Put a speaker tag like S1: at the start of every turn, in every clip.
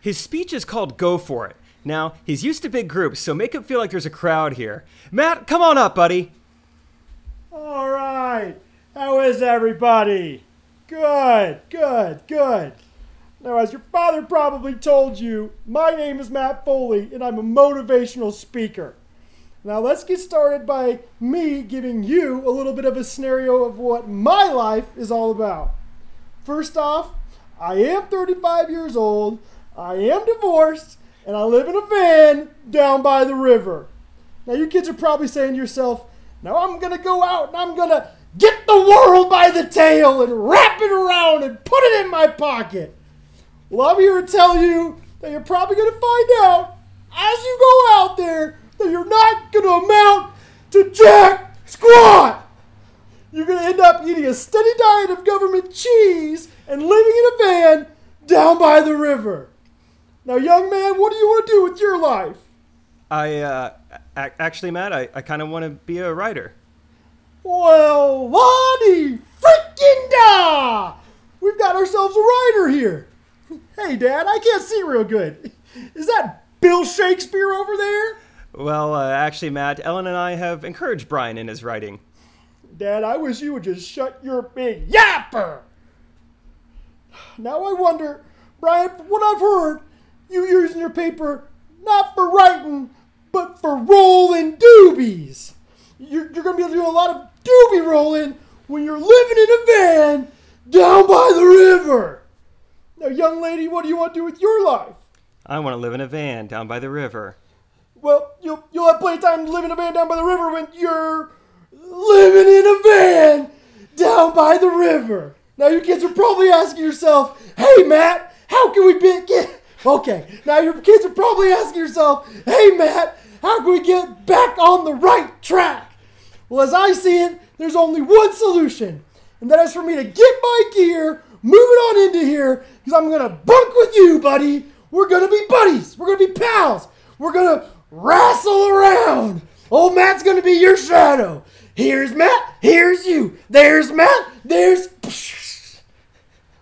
S1: His speech is called Go For It. Now, he's used to big groups, so make him feel like there's a crowd here. Matt, come on up, buddy.
S2: All right. How is everybody? Good, good, good. Now, as your father probably told you, my name is Matt Foley and I'm a motivational speaker. Now, let's get started by me giving you a little bit of a scenario of what my life is all about. First off, I am 35 years old, I am divorced, and I live in a van down by the river. Now, you kids are probably saying to yourself, now I'm gonna go out and I'm gonna get the world by the tail and wrap it around and put it in my pocket. Well, I'm here to tell you that you're probably gonna find out as you go out there that you're not gonna amount to jack squat. You're gonna end up eating a steady diet of government cheese and living in a van down by the river. Now, young man, what do you want to do with your life?
S1: I, uh, a- actually, Matt, I, I kind of want to be a writer.
S2: Well, Lonnie, freaking da! We've got ourselves a writer here. Hey, Dad, I can't see real good. Is that Bill Shakespeare over there?
S1: Well, uh, actually, Matt, Ellen and I have encouraged Brian in his writing.
S2: Dad, I wish you would just shut your big yapper. Now I wonder, Brian, from what I've heard, you using your paper not for writing, but for rolling doobies. You're, you're going to be able to do a lot of doobie rolling when you're living in a van down by the river. Now, young lady, what do you want to do with your life?
S1: I want to live in a van down by the river.
S2: Well, you'll, you'll have plenty of time to live in a van down by the river when you're living in a van down by the river. Now, you kids are probably asking yourself, hey, Matt, how can we be, get. Okay, now your kids are probably asking yourself, hey, Matt, how can we get back on the right track? Well, as I see it, there's only one solution, and that is for me to get my gear, move it on into here, because I'm going to bunk with you, buddy. We're going to be buddies. We're going to be pals. We're going to wrestle around. Old Matt's going to be your shadow. Here's Matt. Here's you. There's Matt. There's.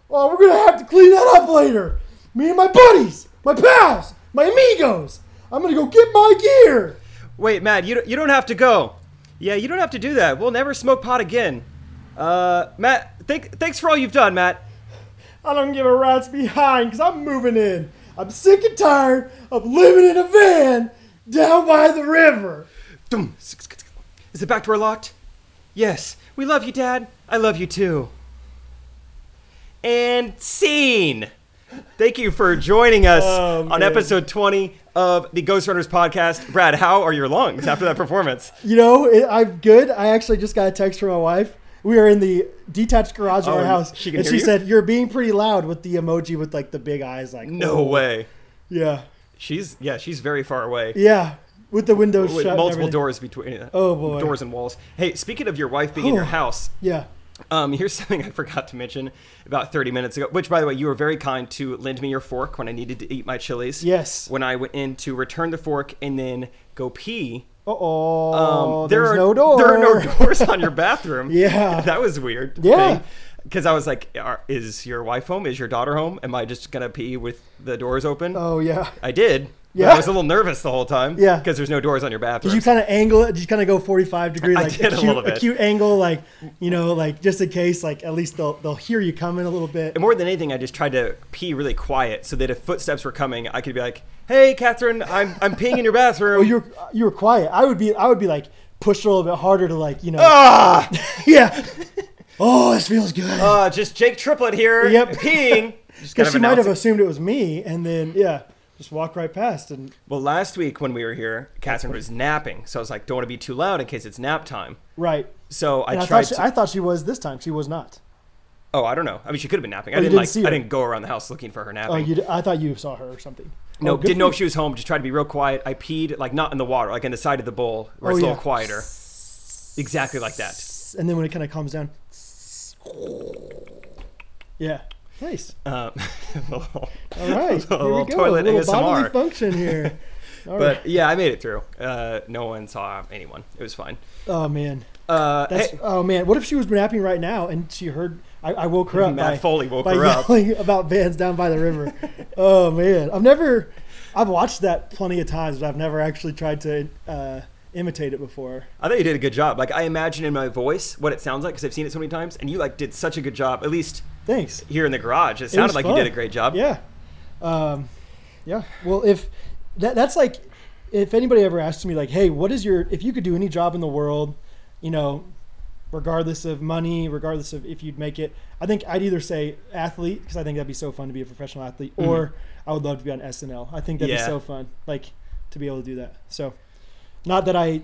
S2: Well, we're going to have to clean that up later. Me and my buddies, my pals, my amigos. I'm going to go get my gear.
S1: Wait, Matt, you, don't- you don't have to go. Yeah, you don't have to do that. We'll never smoke pot again. Uh, Matt, thank, thanks for all you've done, Matt.
S2: I don't give a rat's behind because I'm moving in. I'm sick and tired of living in a van down by the river.
S1: Dum. Is the back door locked? Yes. We love you, Dad. I love you too. And scene. Thank you for joining us
S2: Oh,
S1: on
S2: man.
S1: episode 20 of the Ghost Runners podcast. Brad, how are your lungs after that performance?
S2: You know, it, I'm good. I actually just got a text from my wife. We are in the detached garage of
S1: Oh,
S2: our house,
S1: she can
S2: and
S1: hear
S2: she
S1: you?
S2: said, "You're being pretty loud with the emoji with like the big eyes." Like,
S1: No
S2: oh.
S1: way.
S2: Yeah,
S1: She's yeah, she's very far away.
S2: yeah, with the windows
S1: With
S2: shut, and
S1: multiple
S2: everything.
S1: doors between uh,
S2: Oh, boy.
S1: doors and walls. Hey, speaking of your wife being in your
S2: Whew.
S1: house,
S2: Yeah,
S1: Um, here's something I forgot to mention about 30 minutes ago, which, by the way, you were very kind to lend me your fork when I needed to eat my chilies.
S2: Yes.
S1: When I went in to return the fork and then go pee.
S2: uh oh,
S1: um,
S2: there's
S1: are,
S2: no door.
S1: There are no doors on your bathroom.
S2: Yeah.
S1: That was weird.
S2: Yeah.
S1: Because I was like, are, is your wife home? Is your daughter home? Am I just going to pee with the doors open?
S2: Oh yeah.
S1: I did. but I
S2: Yeah.
S1: was a little nervous the whole time.
S2: Yeah.
S1: Because there's no doors on your bathroom.
S2: Did you kind of angle it? Did you kind of go 45 degree, like
S1: did a
S2: a,
S1: little
S2: cute, a
S1: bit.
S2: cute angle, like you know, like just in case, like at least they'll they'll hear you coming a little bit.
S1: And more than anything, I just tried to pee really quiet so that if footsteps were coming, I could be like, "Hey, Catherine, I'm I'm peeing in your bathroom."
S2: Well, you were you were Oh, quiet. I would be I would be like pushed a little bit harder to like you know.
S1: ah,
S2: Yeah. oh, this feels good.
S1: uh, just Jake Triplett here.
S2: Yep.
S1: peeing. Just kind
S2: Because
S1: of
S2: she might have
S1: announcing-
S2: assumed it was me, and then yeah, just walk right past. And
S1: Well, last week when we were here, Catherine was napping, so I was like, "Don't want to be too loud in case it's nap time."
S2: right.
S1: So I
S2: And I,
S1: tried.
S2: thought she,
S1: to,
S2: I thought she was this time. She was not.
S1: oh, I don't know. I mean, she could have been napping. I
S2: Oh, you
S1: didn't,
S2: didn't
S1: like.
S2: see
S1: I
S2: her.
S1: didn't go around the house looking for her napping.
S2: Oh, you. d- I thought you saw her or something.
S1: no,
S2: Oh, good
S1: didn't
S2: for
S1: know if
S2: you.
S1: she was home. Just tried to be real quiet. I peed like not in the water, like in the side of the bowl where
S2: Oh,
S1: it's a little
S2: yeah.
S1: quieter. Exactly like that.
S2: And then when it kind of calms down. Yeah. Nice.
S1: Um,
S2: All right.
S1: A
S2: Here we
S1: little
S2: go.
S1: toilet
S2: a little bodily
S1: ASMR.
S2: function here. All right.
S1: but yeah, I made it through. Uh, no one saw anyone. It was fine.
S2: Oh man.
S1: Uh,
S2: That's
S1: hey,
S2: oh man. What if she was napping right now and she heard I, I woke her up.
S1: Matt
S2: by,
S1: Foley woke
S2: by
S1: her up.
S2: yelling about bands down by the river. oh man, I've never, I've watched that plenty of times, but I've never actually tried to uh, imitate it before.
S1: I thought you did a good job. Like I imagine in my voice what it sounds like because I've seen it so many times, and you like did such a good job. At least
S2: Thanks.
S1: here in the garage, it
S2: It was
S1: sounded like you did a
S2: fun.
S1: great job.
S2: Yeah. Um, yeah. Well, if that, that's like, if anybody ever asks me, like, hey, what is your, if you could do any job in the world, you know, regardless of money, regardless of if you'd make it, I think I'd either say athlete, because I think that'd be so fun to be a professional athlete, or I would love to be on SNL. I think that'd
S1: Yeah.
S2: be so fun, like, to be able to do that. So, not that I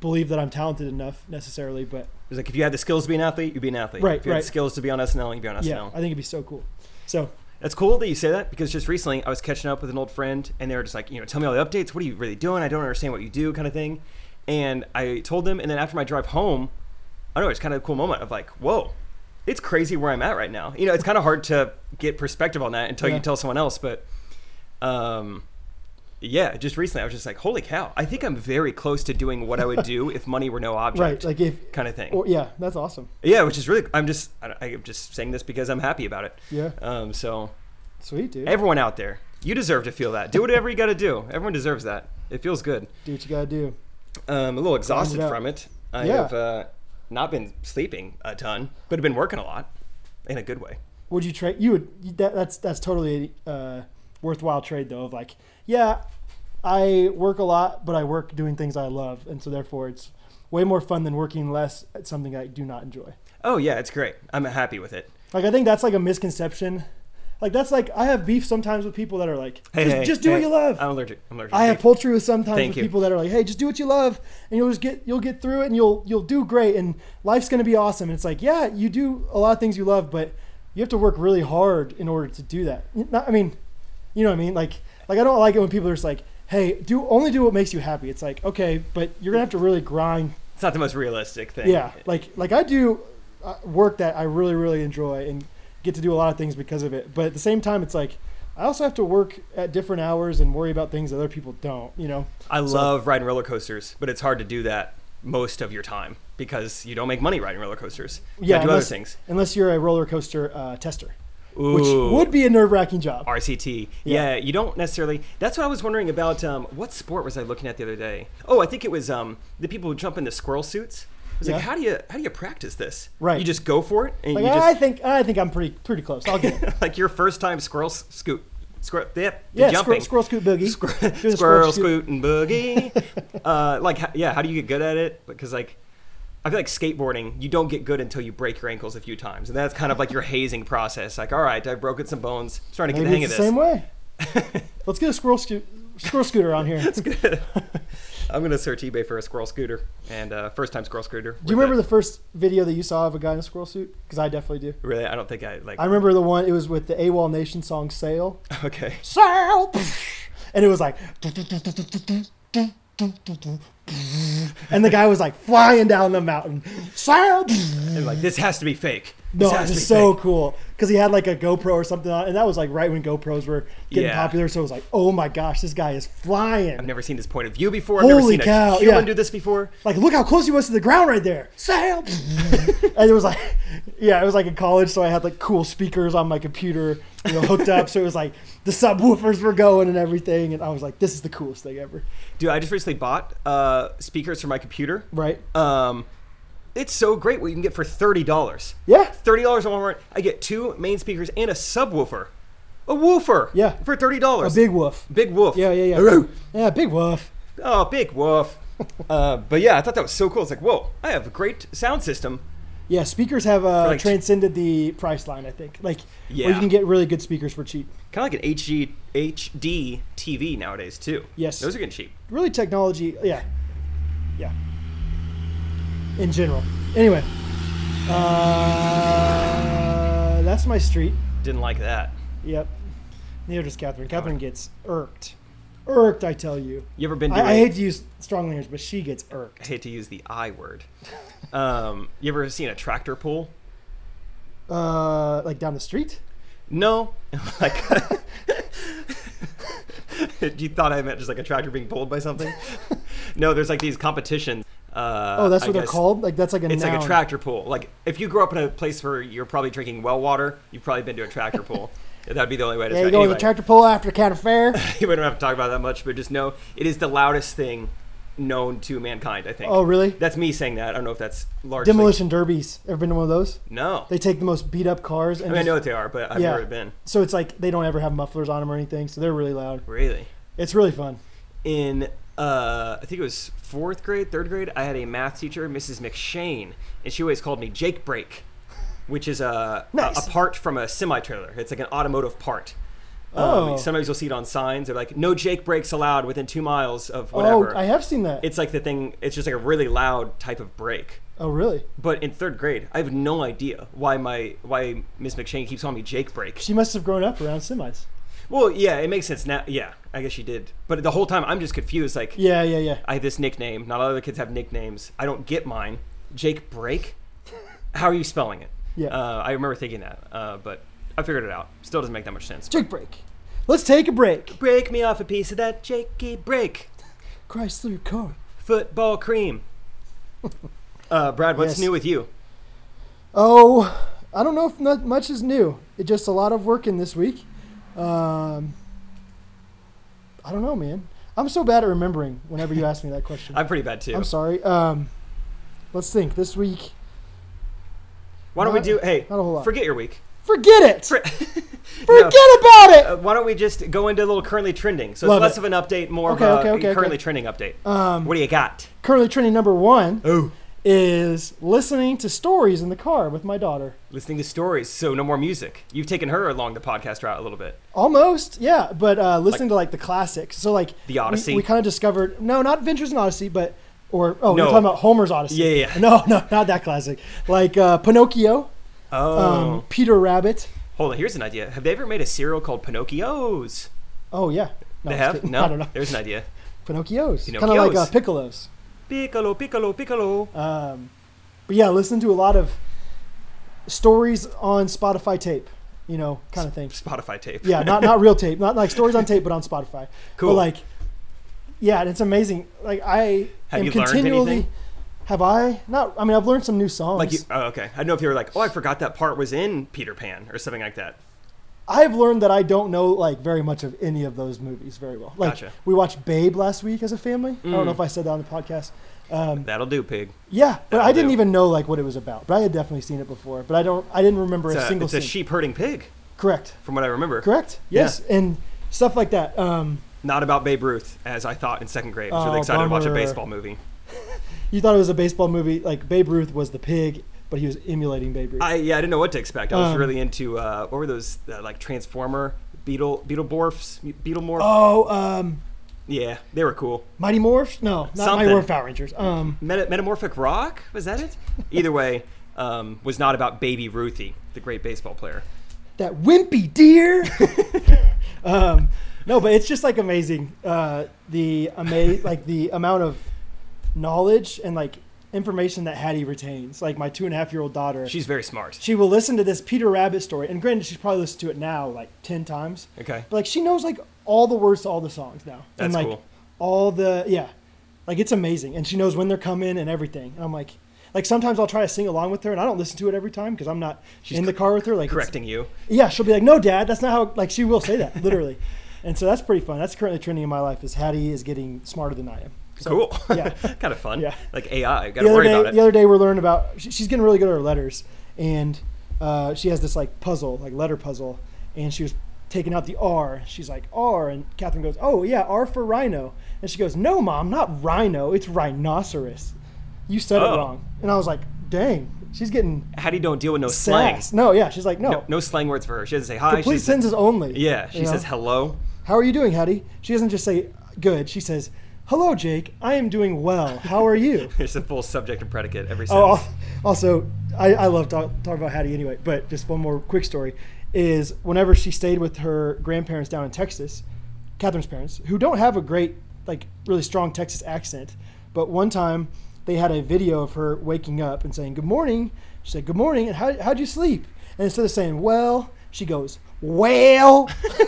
S2: believe that I'm talented enough necessarily, but
S1: It's like if you had the skills to be an athlete, you'd be an athlete.
S2: Right,
S1: If you had
S2: right.
S1: the skills to be on SNL, you'd be on SNL.
S2: yeah, I think it'd be so cool. So,
S1: That's cool that you say that because just recently I was catching up with an old friend and they were just like, you know, tell me all the updates. What are you really doing? I don't understand what you do, kind of thing. And I told them, and then after my drive home, I don't know, it's kind of a cool moment of like, whoa, it's crazy where I'm at right now. You know, it's kind of hard to get perspective on that until
S2: Yeah.
S1: you tell someone else. But um, yeah, just recently I was just like, holy cow, I think I'm very close to doing what I would do if money were no object,
S2: right, like, if,
S1: kind of thing.
S2: or, yeah, that's awesome.
S1: yeah, which is really, I'm just, I, I'm just saying this because I'm happy about it.
S2: Yeah,
S1: Um, so
S2: sweet, dude.
S1: Everyone out there, you deserve to feel that. Do whatever you got to do. Everyone deserves that. It feels good.
S2: do what you gotta do.
S1: Um, a little exhausted
S2: out.
S1: from it. I
S2: Yeah.
S1: have uh, not been sleeping a ton, but have been working a lot in a good way.
S2: Would you trade? You would. That, that's that's totally a uh, worthwhile trade though. Of like, yeah, I work a lot, but I work doing things I love, and so therefore it's way more fun than working less at something I do not enjoy.
S1: Oh, yeah, it's great. I'm happy with it.
S2: Like I think that's like a misconception. Like that's like I have beef sometimes with people that are like,
S1: Hey,
S2: just,
S1: hey,
S2: just do
S1: hey,
S2: what you love.
S1: I'm allergic. I'm allergic.
S2: I have
S1: to beef.
S2: poultry with sometimes
S1: Thank
S2: with
S1: you.
S2: people that are like, hey, just do what you love, and you'll just get you'll get through it, and you'll you'll do great, and life's gonna be awesome. And it's like, yeah, you do a lot of things you love, but you have to work really hard in order to do that. Not- I mean, you know what I mean? Like, like I don't like it when people are just like, hey, do only do what makes you happy. It's like, okay, but you're gonna have to really grind.
S1: It's not the most realistic thing.
S2: Yeah, like like I do uh, work that I really really enjoy and get to do a lot of things because of it. But at the same time, it's like. I also have to work at different hours and worry about things that other people don't, you know?
S1: I love riding roller coasters, but it's hard to do that most of your time because you don't make money riding roller coasters. You
S2: Yeah,
S1: gotta do
S2: unless-
S1: other things.
S2: unless you're a roller coaster uh, tester,
S1: Ooh.
S2: which would be a nerve wracking job.
S1: RCT.
S2: Yeah.
S1: Yeah. you don't necessarily. That's what I was wondering about. Um, what sport was I looking at the other day? Oh, I think it was um, the people who jump in the squirrel suits. I was
S2: Yeah.
S1: like, how do you how do you practice this?
S2: Right.
S1: You just go for it, and
S2: Like, "Ah,
S1: you
S2: I
S1: just
S2: think I think I'm pretty pretty close. I'll get it.
S1: like your first time squirrel s- scoot, squirrel, yeah,
S2: yeah,
S1: jumping,
S2: squirrel, squirrel scoot boogie.
S1: Squir-
S2: Do the
S1: squirrel, scoot and boogie. uh, like, h- yeah, how do you get good at it? Because like. I feel like skateboarding, you don't get good until you break your ankles a few times. And that's kind of like your hazing process. Like, all right, I've broken some bones. I'm starting to get
S2: Maybe
S1: the hang
S2: it's
S1: of
S2: the
S1: this.
S2: same way. Let's get a squirrel scoot squirrel scooter on here. Do
S1: I'm gonna search eBay for a squirrel scooter and uh, first time squirrel scooter.
S2: you remember the first video that you saw of a guy in a squirrel suit? Because I definitely do.
S1: Really, I don't think I like.
S2: I remember the one. It was with the AWOL Nation song "Sail."
S1: okay,
S2: Sail, and it was like, and the guy was like flying down the mountain. Sail.
S1: and like this has to be fake.
S2: No,
S1: this
S2: it
S1: has to
S2: was
S1: be
S2: so
S1: fake.
S2: cool because he had like a GoPro or something on, and that was like right when GoPros were getting
S1: Yeah.
S2: popular. So it was like, oh my gosh, this guy is flying!
S1: I've never seen this point of view before. I've never
S2: Holy
S1: seen
S2: cow,
S1: a human
S2: yeah.
S1: do this before.
S2: like, look how close he was to the ground right there. Sail!
S1: Mm-hmm.
S2: and it was like, yeah, it was like in college, so I had like cool speakers on my computer, you know, hooked up. So it was like the subwoofers were going and everything, and I was like, this is the coolest thing ever,
S1: Dude, I just recently bought uh, speakers for my computer.
S2: right?
S1: Um, it's so great what you can get for thirty dollars.
S2: Yeah,
S1: Thirty dollars on Walmart, I get two main speakers and a subwoofer, a woofer.
S2: Yeah.
S1: for thirty
S2: a
S1: dollars.
S2: big woof.
S1: big woof.
S2: Yeah, yeah, yeah, yeah, big woof.
S1: Oh, big woof. uh, but yeah, I thought that was so cool. It's like, whoa, I have a great sound system.
S2: Yeah, speakers have uh,
S1: like-
S2: transcended the price line. I think, like, where
S1: Yeah.
S2: you can get really good speakers for cheap.
S1: Kind of like an HG, HD TV nowadays, too.
S2: Yes.
S1: Those are getting cheap.
S2: really technology yeah yeah in general anyway uh, that's my street
S1: Didn't like that.
S2: yep neither does catherine catherine gets irked irked i tell you
S1: You ever been to.
S2: I, I
S1: a-
S2: hate to use strong language but she gets
S1: I
S2: irked
S1: hate to use the I word. Um, you ever seen a tractor pull?
S2: uh, like down the street
S1: No. like. you thought I meant just like a tractor being pulled by something? no, there's like these competitions. Uh,
S2: Oh, that's
S1: I
S2: what they're
S1: guess
S2: called. Like that's like a
S1: It's
S2: noun.
S1: like a tractor pool. Like if you grew up in a place where you're probably drinking well water, you've probably been to a tractor pool. That'd be the only way to
S2: Yeah,
S1: say
S2: you
S1: it.
S2: go to
S1: Anyway,
S2: the tractor pull after counter fair.
S1: we don't have to talk about that much, but just know it is the loudest thing known to mankind. I think.
S2: Oh, really?
S1: That's me saying that. I don't know if that's largely.
S2: Demolition derbies. Ever been to one of those?
S1: No.
S2: They take the most beat up cars and
S1: I mean, I
S2: just-
S1: know what they are, but I've
S2: Yeah.
S1: never been.
S2: so it's like they don't ever have mufflers on them or anything, so they're really loud.
S1: Really.
S2: It's really fun.
S1: in uh, I think it was fourth grade, third grade. I had a math teacher, Mrs. McShane, and she always called me Jake Brake, which is a
S2: Nice.
S1: a, a part from a semi trailer. It's like an automotive part. Um,
S2: Oh.
S1: sometimes you'll see it on signs. They're like, "No Jake brakes allowed within two miles of
S2: Oh,
S1: whatever."
S2: I have seen that.
S1: it's like the thing. It's just like a really loud type of brake.
S2: oh, really?
S1: But in third grade, I have no idea why my why Miss McShane keeps calling me Jake Brake.
S2: She must have grown up around semis.
S1: Well, yeah, it makes sense now. Yeah, I guess she did. But the whole time, I'm just confused. Like,
S2: Yeah, yeah, yeah.
S1: I have this nickname. Not all other kids have nicknames. I don't get mine. Jake Brake. How are you spelling it?
S2: Yeah.
S1: Uh, I remember thinking that, uh, but I figured it out. Still doesn't make that much sense.
S2: Jake break. Let's take a break.
S1: Break me off a piece of that Jakey Brake
S2: Chrysler car.
S1: football cream. uh, Brad, what's
S2: Yes.
S1: new with you?
S2: Oh, I don't know if not much is new. It just a lot of working this week. Um, I don't know, man. I'm so bad at remembering whenever you ask me that question.
S1: I'm pretty bad too.
S2: I'm sorry. Um, let's think. This week,
S1: why don't we
S2: not-
S1: do? Hey,
S2: not a whole lot.
S1: forget your week.
S2: forget it.
S1: For-
S2: forget about
S1: Uh, why don't we just go into a little currently trending? So
S2: Love
S1: it's less
S2: it.
S1: of an update, more
S2: Okay,
S1: of a
S2: okay, okay,
S1: currently
S2: okay.
S1: trending update.
S2: it. Um,
S1: What do you got?
S2: currently trending number one
S1: Oh,
S2: is listening to stories in the car with my daughter.
S1: listening to stories. So no more music. You've taken her along the podcast route a little bit.
S2: Almost, yeah, but uh, listening to like the classics. So like
S1: The Odyssey.
S2: we, kind of discovered no, not Ventures in Odyssey, but or oh,
S1: No.
S2: you're talking about Homer's Odyssey.
S1: Yeah, yeah, yeah.
S2: No, no, not that classic. Like uh, Pinocchio,
S1: Oh,
S2: um, Peter Rabbit.
S1: hold on. Here's an idea. Have they ever made a cereal called Pinocchio's?
S2: Oh yeah,
S1: they
S2: no, I'm just
S1: have.
S2: kidding.
S1: No,
S2: I don't know.
S1: there's an idea.
S2: Pinocchio's, kind of like uh,
S1: Pinocchios.
S2: Piccolo's.
S1: Piccolo, piccolo, piccolo.
S2: Um, but yeah, listen to a lot of stories on Spotify tape, you know, kind of things.
S1: Spotify tape.
S2: Yeah, not not real tape, not like stories on tape, but on Spotify.
S1: Cool.
S2: But like, yeah, and it's amazing. Like I
S1: Have
S2: am
S1: you learned
S2: continually.
S1: anything?
S2: Have I not? I mean, I've learned some new songs.
S1: Like you, oh, okay. I don't know if you were like, oh, I forgot that part was in Peter Pan or something like that.
S2: I've learned that I don't know like very much of any of those movies very well. Like
S1: Gotcha.
S2: we watched Babe last week as a family. I
S1: Mm.
S2: don't know if I said that on the podcast. Um,
S1: That'll do, pig.
S2: yeah, but
S1: That'll
S2: I didn't
S1: do.
S2: even know like what it was about. But I had definitely seen it before. But I don't. I didn't remember
S1: It's,
S2: a,
S1: a,
S2: single
S1: it's a
S2: scene.
S1: sheep herding pig,
S2: Correct.
S1: from what I remember.
S2: Correct.
S1: Yeah.
S2: Yes, and stuff like that. Um,
S1: Not about Babe Ruth, as I thought in second grade. I was really
S2: Oh,
S1: excited to watch a
S2: bummer.
S1: baseball movie.
S2: you thought it was a baseball movie. Like Babe Ruth was the pig, but he was emulating Babe Ruth.
S1: I yeah, I didn't know what to expect. I was
S2: Um,
S1: really into uh, what were those uh, like Transformer Beetle Beetleborfs Beetlemorph?
S2: oh, um,
S1: Yeah, they were cool.
S2: Mighty Morphs? No, not
S1: Something.
S2: Mighty Morph Power Rangers. Um,
S1: Meta- Metamorphic Rock? Was that it? Either way, um, was not about Baby Ruthie, the great baseball player.
S2: that wimpy deer. um, no, but it's just like amazing. Uh, the ama- like the amount of knowledge and like information that Hattie retains. Like my two and a half year old daughter,
S1: She's very smart.
S2: she will listen to this Peter Rabbit story, and granted, she's probably listened to it now like ten times.
S1: Okay.
S2: But like she knows like all the words to all the songs now.
S1: That's
S2: and like
S1: cool.
S2: all the yeah. Like it's amazing. And she knows when they're coming and everything. And I'm like like sometimes I'll try to sing along with her and I don't listen to it every time because I'm not
S1: She's
S2: in the
S1: cor-
S2: car with her. Like it's-
S1: Correcting you.
S2: Yeah, she'll be like, No dad, that's not how like she will say that, literally. and so that's pretty fun. That's currently trending in my life is Hattie is getting smarter than I am. So,
S1: cool.
S2: yeah.
S1: kind of fun.
S2: Yeah.
S1: Like AI. Got to
S2: The other
S1: worry
S2: day
S1: about
S2: the
S1: it.
S2: other day we're learning about she- she's getting really good at her letters and uh, she has this like puzzle, like letter puzzle, and she was taking out the R. She's like R, and Catherine goes, "Oh yeah, R for rhino," and she goes, "No, mom, not rhino. It's rhinoceros. You said
S1: Oh.
S2: it wrong." And I was like, "Dang, she's getting
S1: How do you don't deal with no slang?
S2: sass." No, yeah, she's like, "No,
S1: No, no slang words for her. She doesn't say hi.
S2: complete
S1: She doesn't-
S2: sentences only."
S1: yeah, she
S2: you know?
S1: says hello.
S2: "How are you doing, Hattie?" She doesn't just say "good." She says, "Hello, Jake. I am doing well. How are you?"
S1: It's a full subject and predicate every
S2: Oh,
S1: sentence.
S2: al- also, I, I love talk, talking about Hattie anyway, but just one more quick story is whenever she stayed with her grandparents down in Texas, Catherine's parents, who don't have a great, like, really strong Texas accent, but one time they had a video of her waking up and saying, Good morning. She said, Good morning. And how, how'd you sleep? And instead of saying, Well, she goes, Well.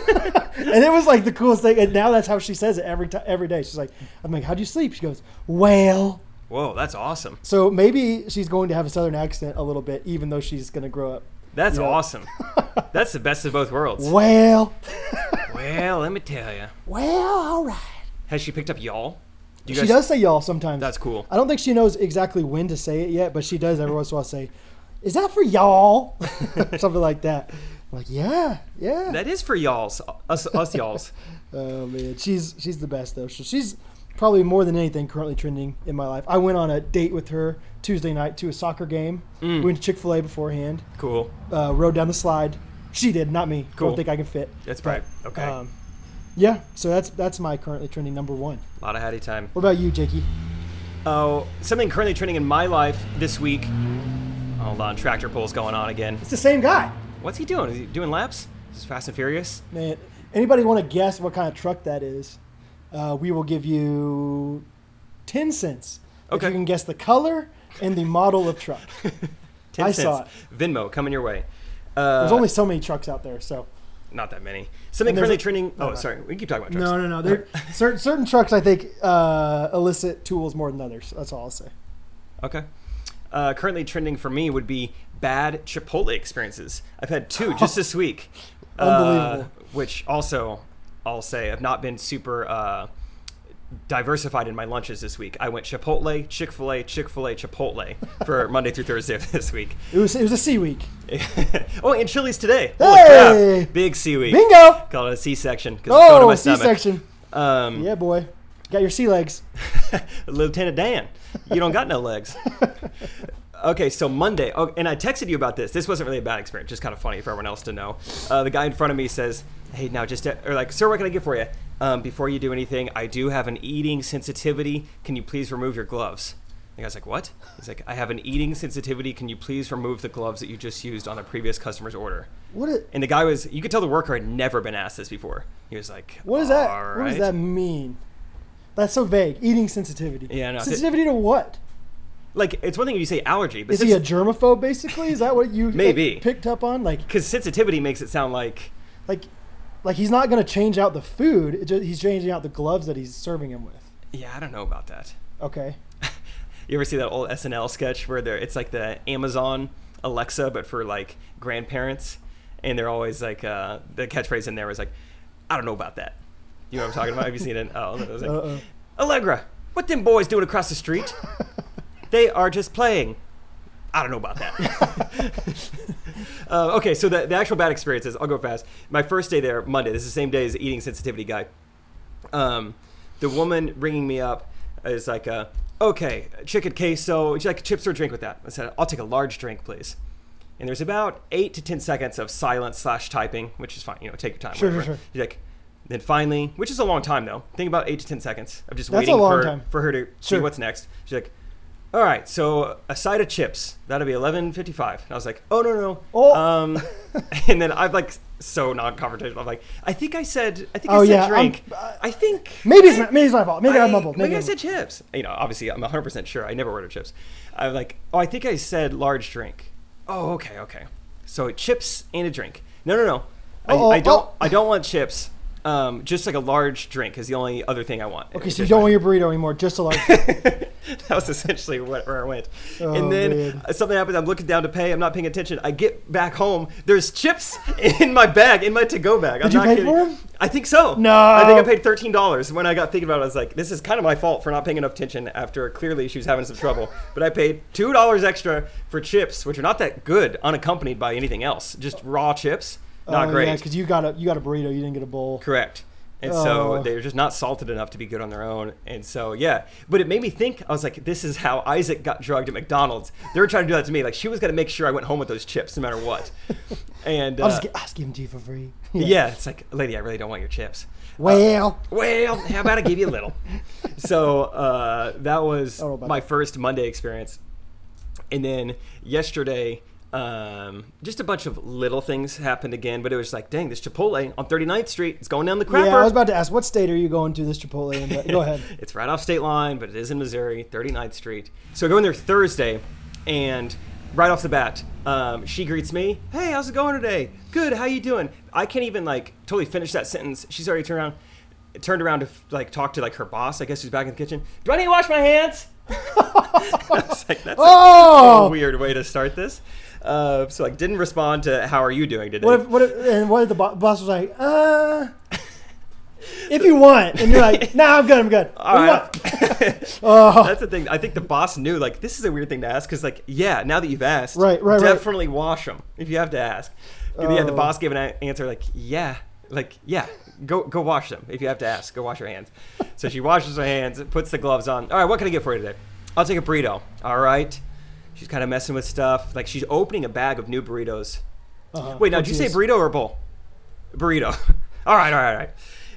S2: and it was like the coolest thing. And now that's how she says it every time, every day. She's like, I'm like, How'd you sleep? She goes, Well.
S1: Whoa, that's awesome.
S2: So maybe she's going to have a southern accent a little bit, even though she's going to grow up.
S1: That's
S2: Yeah.
S1: awesome. that's the best of both worlds.
S2: Well,
S1: Well, let me tell you.
S2: well, all right.
S1: Has she picked up y'all? Do you
S2: she does say y'all sometimes.
S1: That's cool.
S2: I don't think she knows exactly when to say it yet, but she does every once in a while say, "Is that for y'all?" Something like that. I'm like, yeah, yeah.
S1: That is for y'all's. Us, us y'all's.
S2: Oh man, she's she's the best though. So she's probably more than anything currently trending in my life. I went on a date with her Tuesday night to a soccer game.
S1: Mm.
S2: We went to Chick Fil A beforehand.
S1: Cool.
S2: Uh, rode down the slide. She did, not me.
S1: Cool.
S2: Don't think I can fit.
S1: That's right.
S2: But,
S1: Okay.
S2: um, yeah. So that's that's my currently trending number one.
S1: a lot of hattie time.
S2: What about you, Jakey?
S1: Oh, something currently trending in my life this week. Hold on, tractor pull's going on again.
S2: It's the same guy,
S1: What's he doing? Is he doing laps? Is this Fast and Furious?
S2: man. Anybody want to guess what kind of truck that is? Uh, we will give you ten cents
S1: Okay.
S2: if you can guess the color and the model of truck.
S1: Ten
S2: I
S1: cents.
S2: saw it.
S1: Venmo coming your way. Uh,
S2: There's only so many trucks out there, so.
S1: not that many. Something
S2: And there's
S1: currently trending.
S2: a- no,
S1: Oh,
S2: no.
S1: sorry. We can keep talking about trucks.
S2: No, no, no. There, certain certain trucks, I think, uh, elicit tools more than others. That's all I'll say.
S1: Okay. Uh, currently trending for me would be bad Chipotle experiences. I've had two just this week.
S2: Unbelievable.
S1: Uh, which also, I'll say, I've not been super uh, diversified in my lunches this week. I went Chipotle, Chick fil A, Chick fil A, Chipotle for Monday through Thursday of this week.
S2: It was it was a C week.
S1: oh, and Chili's today. Holy
S2: Hey!
S1: crap. Big seaweed.
S2: Bingo.
S1: Call it a C section because it's going to
S2: Oh,
S1: my
S2: C
S1: stomach.
S2: section.
S1: Um,
S2: Yeah, boy, got your sea legs.
S1: Lieutenant Dan, you don't got no legs. Okay, so Monday, oh, and I texted you about this. This wasn't really a bad experience, just kind of funny for everyone else to know. Uh, the guy in front of me says, "Hey, now just to, or like, sir, what can I get for you? Um, before you do anything, I do have an eating sensitivity. Can you please remove your gloves?" The guy's like, "What?" He's like, "I have an eating sensitivity. Can you please remove the gloves that you just used on the previous customer's order?"
S2: What it?
S1: And the guy was, you could tell the worker had never been asked this before. He was like,
S2: What is that?
S1: "All
S2: What does
S1: right."
S2: that mean? That's so vague. Eating sensitivity.
S1: Yeah, no,
S2: sensitivity to what?
S1: Like, it's one thing if you say allergy, but
S2: Is he a germaphobe? Basically, is that what you like,
S1: Maybe.
S2: picked up on? Like,
S1: because sensitivity makes it sound like
S2: like, like he's not going to change out the food. It ju- he's changing out the gloves that he's serving him with.
S1: yeah i don't know about that
S2: Okay.
S1: you ever see that old snl sketch where they're it's like the amazon alexa but for like grandparents and they're always like uh, the catchphrase in there was like i don't know about that you know what i'm talking about have you seen it oh it was like
S2: Uh-oh.
S1: allegra what them boys doing across the street they are just playing i don't know about that uh, okay so the, the actual bad experiences i'll go fast my first day there monday this is the same day as the eating sensitivity guy um, the woman ringing me up is like, uh, okay, chicken queso. Would you like chips or a drink with that? I said, I'll take a large drink, please. And there's about eight to ten seconds of silence slash typing, which is fine. You know, take your time.
S2: Sure, sure,
S1: whatever.
S2: sure.
S1: You're like, then finally, which is a long time though. Think about eight to ten seconds of just
S2: That's a
S1: waiting
S2: long
S1: for,
S2: time.
S1: for her to see
S2: Sure.
S1: what's next. She's like, all right, so a side of chips. That'll be eleven fifty five. And I was like, oh no no.
S2: Oh.
S1: Um, and then I'm like so non-confrontational. I'm like, I think I said, I think
S2: Oh,
S1: I said
S2: yeah, I'm-
S1: drink. I think
S2: Maybe it's my, maybe it's my fault. Maybe I,
S1: I-
S2: mumbled.
S1: Maybe I
S2: I'm-
S1: said chips. You know, obviously, I'm 100% sure. I never order chips. I'm like, oh, I think I said large drink. Oh, okay, okay. So chips and a drink. No, no, no.
S2: Uh-oh,
S1: I, I don't.
S2: oh.
S1: I don't want chips. Um, just like a large drink is the only other thing I want.
S2: Okay, so you don't want your burrito anymore, just a large.
S1: that was essentially what, where I went.
S2: Oh,
S1: and then
S2: man.
S1: uh, something happens. I'm looking down to pay. I'm not paying attention. I get back home. There's chips in my bag, in my to-go bag. I'm
S2: you
S1: not
S2: pay
S1: kidding.
S2: for 'em?
S1: I think so.
S2: No.
S1: I think I paid thirteen dollars. When I got thinking about it, I was like, "This is kind of my fault for not paying enough attention." After clearly she was having some trouble, but I paid two dollars extra for chips, which are not that good, unaccompanied by anything else. Just raw chips, not
S2: Oh,
S1: great.
S2: Yeah, because you got a you got a burrito, you didn't get a bowl.
S1: Correct. And
S2: Oh.
S1: so they're just not salted enough to be good on their own. And so, yeah. But it made me think, I was like, this is how Isaac got drugged at McDonald's. They were trying to do that to me. Like, she was going to make sure I went home with those chips no matter what. And uh,
S2: I'll just gi- I'll just give them to you for free.
S1: yeah. it's like, lady, I really don't want your chips. Uh,
S2: Well,
S1: Well, how about I give you a little? so uh, that was
S2: don't know about
S1: my
S2: that.
S1: first Monday experience. And then yesterday, um, just a bunch of little things happened again, but it was like, dang, this Chipotle on 39th Street, it's going down the crapper.
S2: yeah. I was about to ask, what state are you going to this Chipotle? In, but go ahead.
S1: It's right off state line, but it is in Missouri, 39th Street. So I go in there Thursday, and right off the bat, um, she greets me. Hey, how's it going today? Good. How you doing? I can't even like totally finish that sentence. She's already turned around. turned around to like talk to like her boss, I guess who's back in the kitchen. Do I need to wash my hands? I was like, that's a
S2: Oh,
S1: weird way to start this. Uh, so like didn't respond to how are you doing today?
S2: what if, what if, and what if the bo- boss was like, uh, if you want, and you're like, nah, I'm good, I'm good.
S1: All
S2: What do you
S1: right.
S2: want? Oh,
S1: That's the thing. I think the boss knew like this is a weird thing to ask because like yeah, now that you've asked,
S2: Right, right, right.
S1: definitely wash 'em wash them if you have to ask. And Yeah, the
S2: Oh.
S1: boss gave an a- answer like yeah, like yeah, go go wash them if you have to ask. Go wash your hands. so she washes her hands, puts the gloves on. All right, what can I get for you today? I'll take a burrito. All right. She's kind of messing with stuff. Like she's opening a bag of new burritos.
S2: Uh-huh.
S1: Wait, now
S2: Oh,
S1: did you say
S2: jeez.
S1: burrito or bowl? Burrito. all right, all right, all right.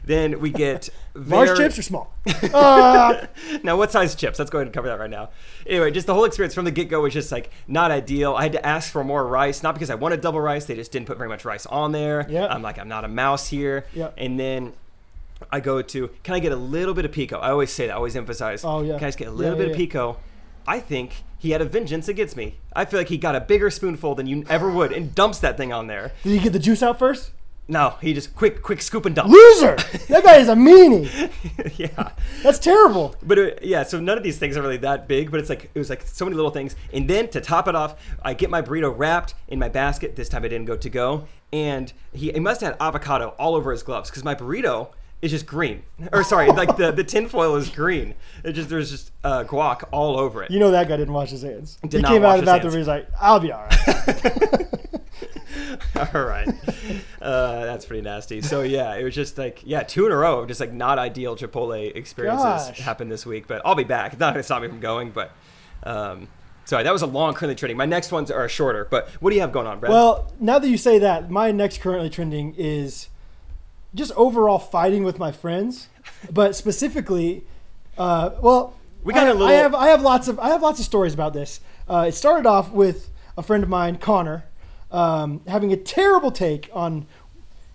S1: Then we get
S2: large
S1: very-
S2: chips or small? Uh,
S1: now, what size chips? Let's go ahead and cover that right now. Anyway, just the whole experience from the get go was just like not ideal. I had to ask for more rice, not because I wanted double rice. They just didn't put very much rice on there.
S2: Yeah.
S1: I'm like, I'm not a mouse here.
S2: Yeah.
S1: And then I go to, can I get a little bit of pico? I always say that, I always emphasize.
S2: Oh, yeah.
S1: Can I just get a
S2: Yeah,
S1: little
S2: yeah,
S1: bit
S2: yeah.
S1: of pico? I think he had a vengeance against me. I feel like he got a bigger spoonful than you ever would and dumps that thing on there.
S2: did you get the juice out first?
S1: No, he just quick, quick scoop and dump.
S2: Loser! That guy is a meanie.
S1: yeah.
S2: That's terrible.
S1: But uh yeah, so none of these things are really that big, but it's like it was like so many little things. And then to top it off, I get my burrito wrapped in my basket. This time I didn't go to go, and he, he must have had avocado all over his gloves because my burrito is just green. Or sorry, like the the tinfoil is green. It just there's just uh, guac all over it.
S2: You know that guy didn't wash his hands. he
S1: not
S2: came
S1: wash
S2: out of the
S1: his
S2: bathroom
S1: hands.
S2: and he's like, I'll be all right.
S1: all right, uh, that's pretty nasty. So yeah, it was just like yeah, two in a row, of just like not ideal Chipotle experiences
S2: Gosh.
S1: happened this week. But I'll be back. It's not going to stop me from going. But um, sorry, that was a long currently training. My next ones are shorter. But what do you have going on, Brad?
S2: well, now that you say that, my next currently trending is just overall fighting with my friends, but specifically, uh, well,
S1: We got
S2: I,
S1: a little-
S2: I have I have lots of I have lots of stories about this. Uh, it started off with a friend of mine, Connor, um, having a terrible take on.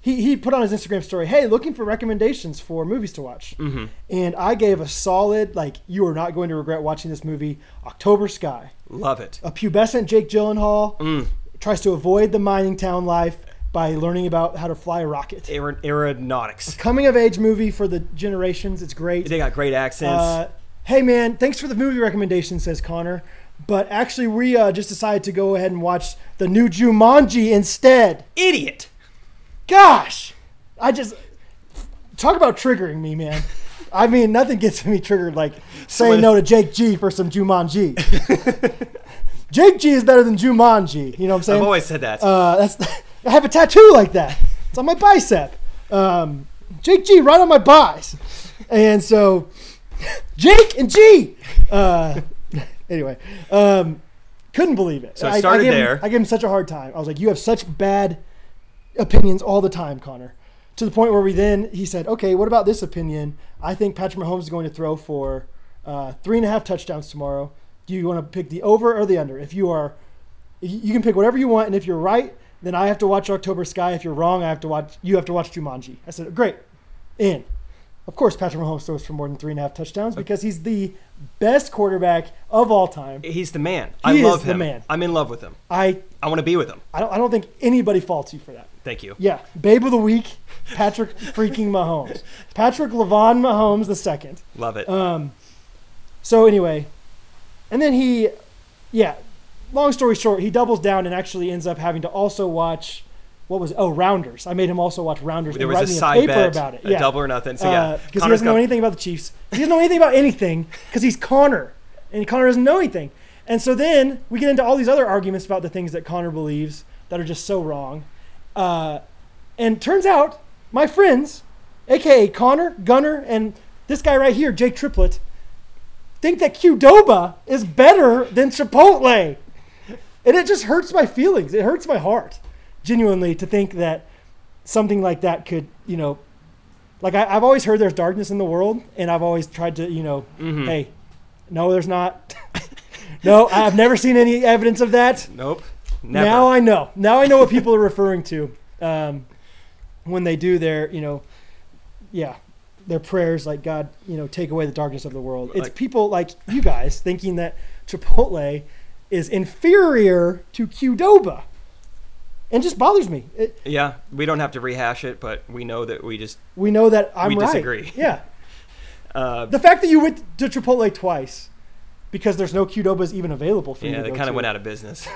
S2: He, he put on his Instagram story, "Hey, looking for recommendations for movies to watch,"
S1: Mm-hmm.
S2: and I gave a solid like, "You are not going to regret watching this movie, October Sky."
S1: love it.
S2: a pubescent Jake Gyllenhaal
S1: Mm.
S2: tries to avoid the mining town life by learning about how to fly a rocket.
S1: Aer- aeronautics.
S2: Coming of age movie for the generations. It's great.
S1: They got great accents.
S2: Uh, hey man, thanks for the movie recommendation, says Connor. But actually, we uh, just decided to go ahead and watch the new Jumanji instead.
S1: Idiot.
S2: Gosh, I just talk about triggering me, man. I mean, nothing gets me triggered like saying
S1: Someone-
S2: no to Jake G for some Jumanji. Jake G is better than Jumanji. You know what I'm saying?
S1: I've always said that.
S2: Uh, that's I have a tattoo like that. It's on my bicep. Um, Jake G right on my bice. And so Jake and G. Uh, anyway, um, couldn't believe it.
S1: So it started
S2: gave
S1: there.
S2: Him, I gave him such a hard time. I was like, "You have such bad opinions all the time, Connor." To the point where we then he said, "Okay, what about this opinion? I think Patrick Mahomes is going to throw for uh, three and a half touchdowns tomorrow. Do you want to pick the over or the under? If you are, you you can pick whatever you want, and if you're right, then I have to watch October Sky. If you're wrong, I have to watch. You have to watch Jumanji." I said, "Great, in." Of course, Patrick Mahomes throws for more than three and a half touchdowns because he's the best quarterback of all time.
S1: He's the man. I
S2: he
S1: love
S2: is the
S1: him.
S2: man.
S1: I'm in love with him.
S2: I
S1: I want to be with him.
S2: I don't, I don't think anybody faults you for that.
S1: Thank you.
S2: Yeah, Babe of the Week, Patrick freaking Mahomes. Patrick LaVon Mahomes the second.
S1: Love it.
S2: Uh, So anyway, and then he, yeah, long story short, he doubles down and actually ends up having to also watch, what was, oh, Rounders. I made him also watch Rounders
S1: there
S2: and
S1: was
S2: write
S1: a
S2: me
S1: side
S2: paper
S1: bet,
S2: about it.
S1: a
S2: yeah.
S1: double or nothing. So yeah,
S2: because Uh, he
S1: Connor's
S2: doesn't know
S1: got-
S2: anything about the Chiefs. He doesn't know anything about anything because he's Connor, and Connor doesn't know anything. And so then we get into all these other arguments about the things that Connor believes that are just so wrong. Uh, and turns out my friends, aka Connor, Gunner, and this guy right here, Jake Triplett, think that Qdoba is better than Chipotle. And it just hurts my feelings. It hurts my heart, genuinely, to think that something like that could, you know, like I, I've always heard there's darkness in the world, and I've always tried to, you know,
S1: Mm-hmm.
S2: hey, no, there's not. no, I've never seen any evidence of that.
S1: Nope. Never.
S2: Now I know. Now I know what people are referring to um, when they do their, you know, yeah, their prayers like God, you know, take away the darkness of the world. It's
S1: Like-
S2: people like you guys thinking that Chipotle is inferior to Qdoba, and just bothers me. It,
S1: Yeah, we don't have to rehash it, but we know that we just
S2: we know that I'm
S1: We
S2: right.
S1: disagree.
S2: Yeah,
S1: uh,
S2: the fact that you went to Chipotle twice because there's no Qdobas even available for you.
S1: yeah,
S2: to
S1: they
S2: go
S1: kind
S2: to.
S1: of went out of business.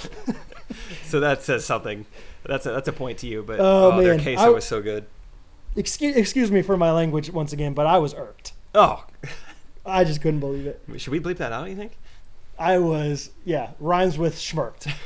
S1: so that says something. That's a, that's a point to you, but
S2: Oh,
S1: oh, their
S2: man.
S1: queso
S2: I-
S1: was so good.
S2: Excuse, excuse me for my language once again, but I was irked.
S1: Oh,
S2: I just couldn't believe it.
S1: should we bleep that out? You think?
S2: I was, yeah, rhymes with schmirked.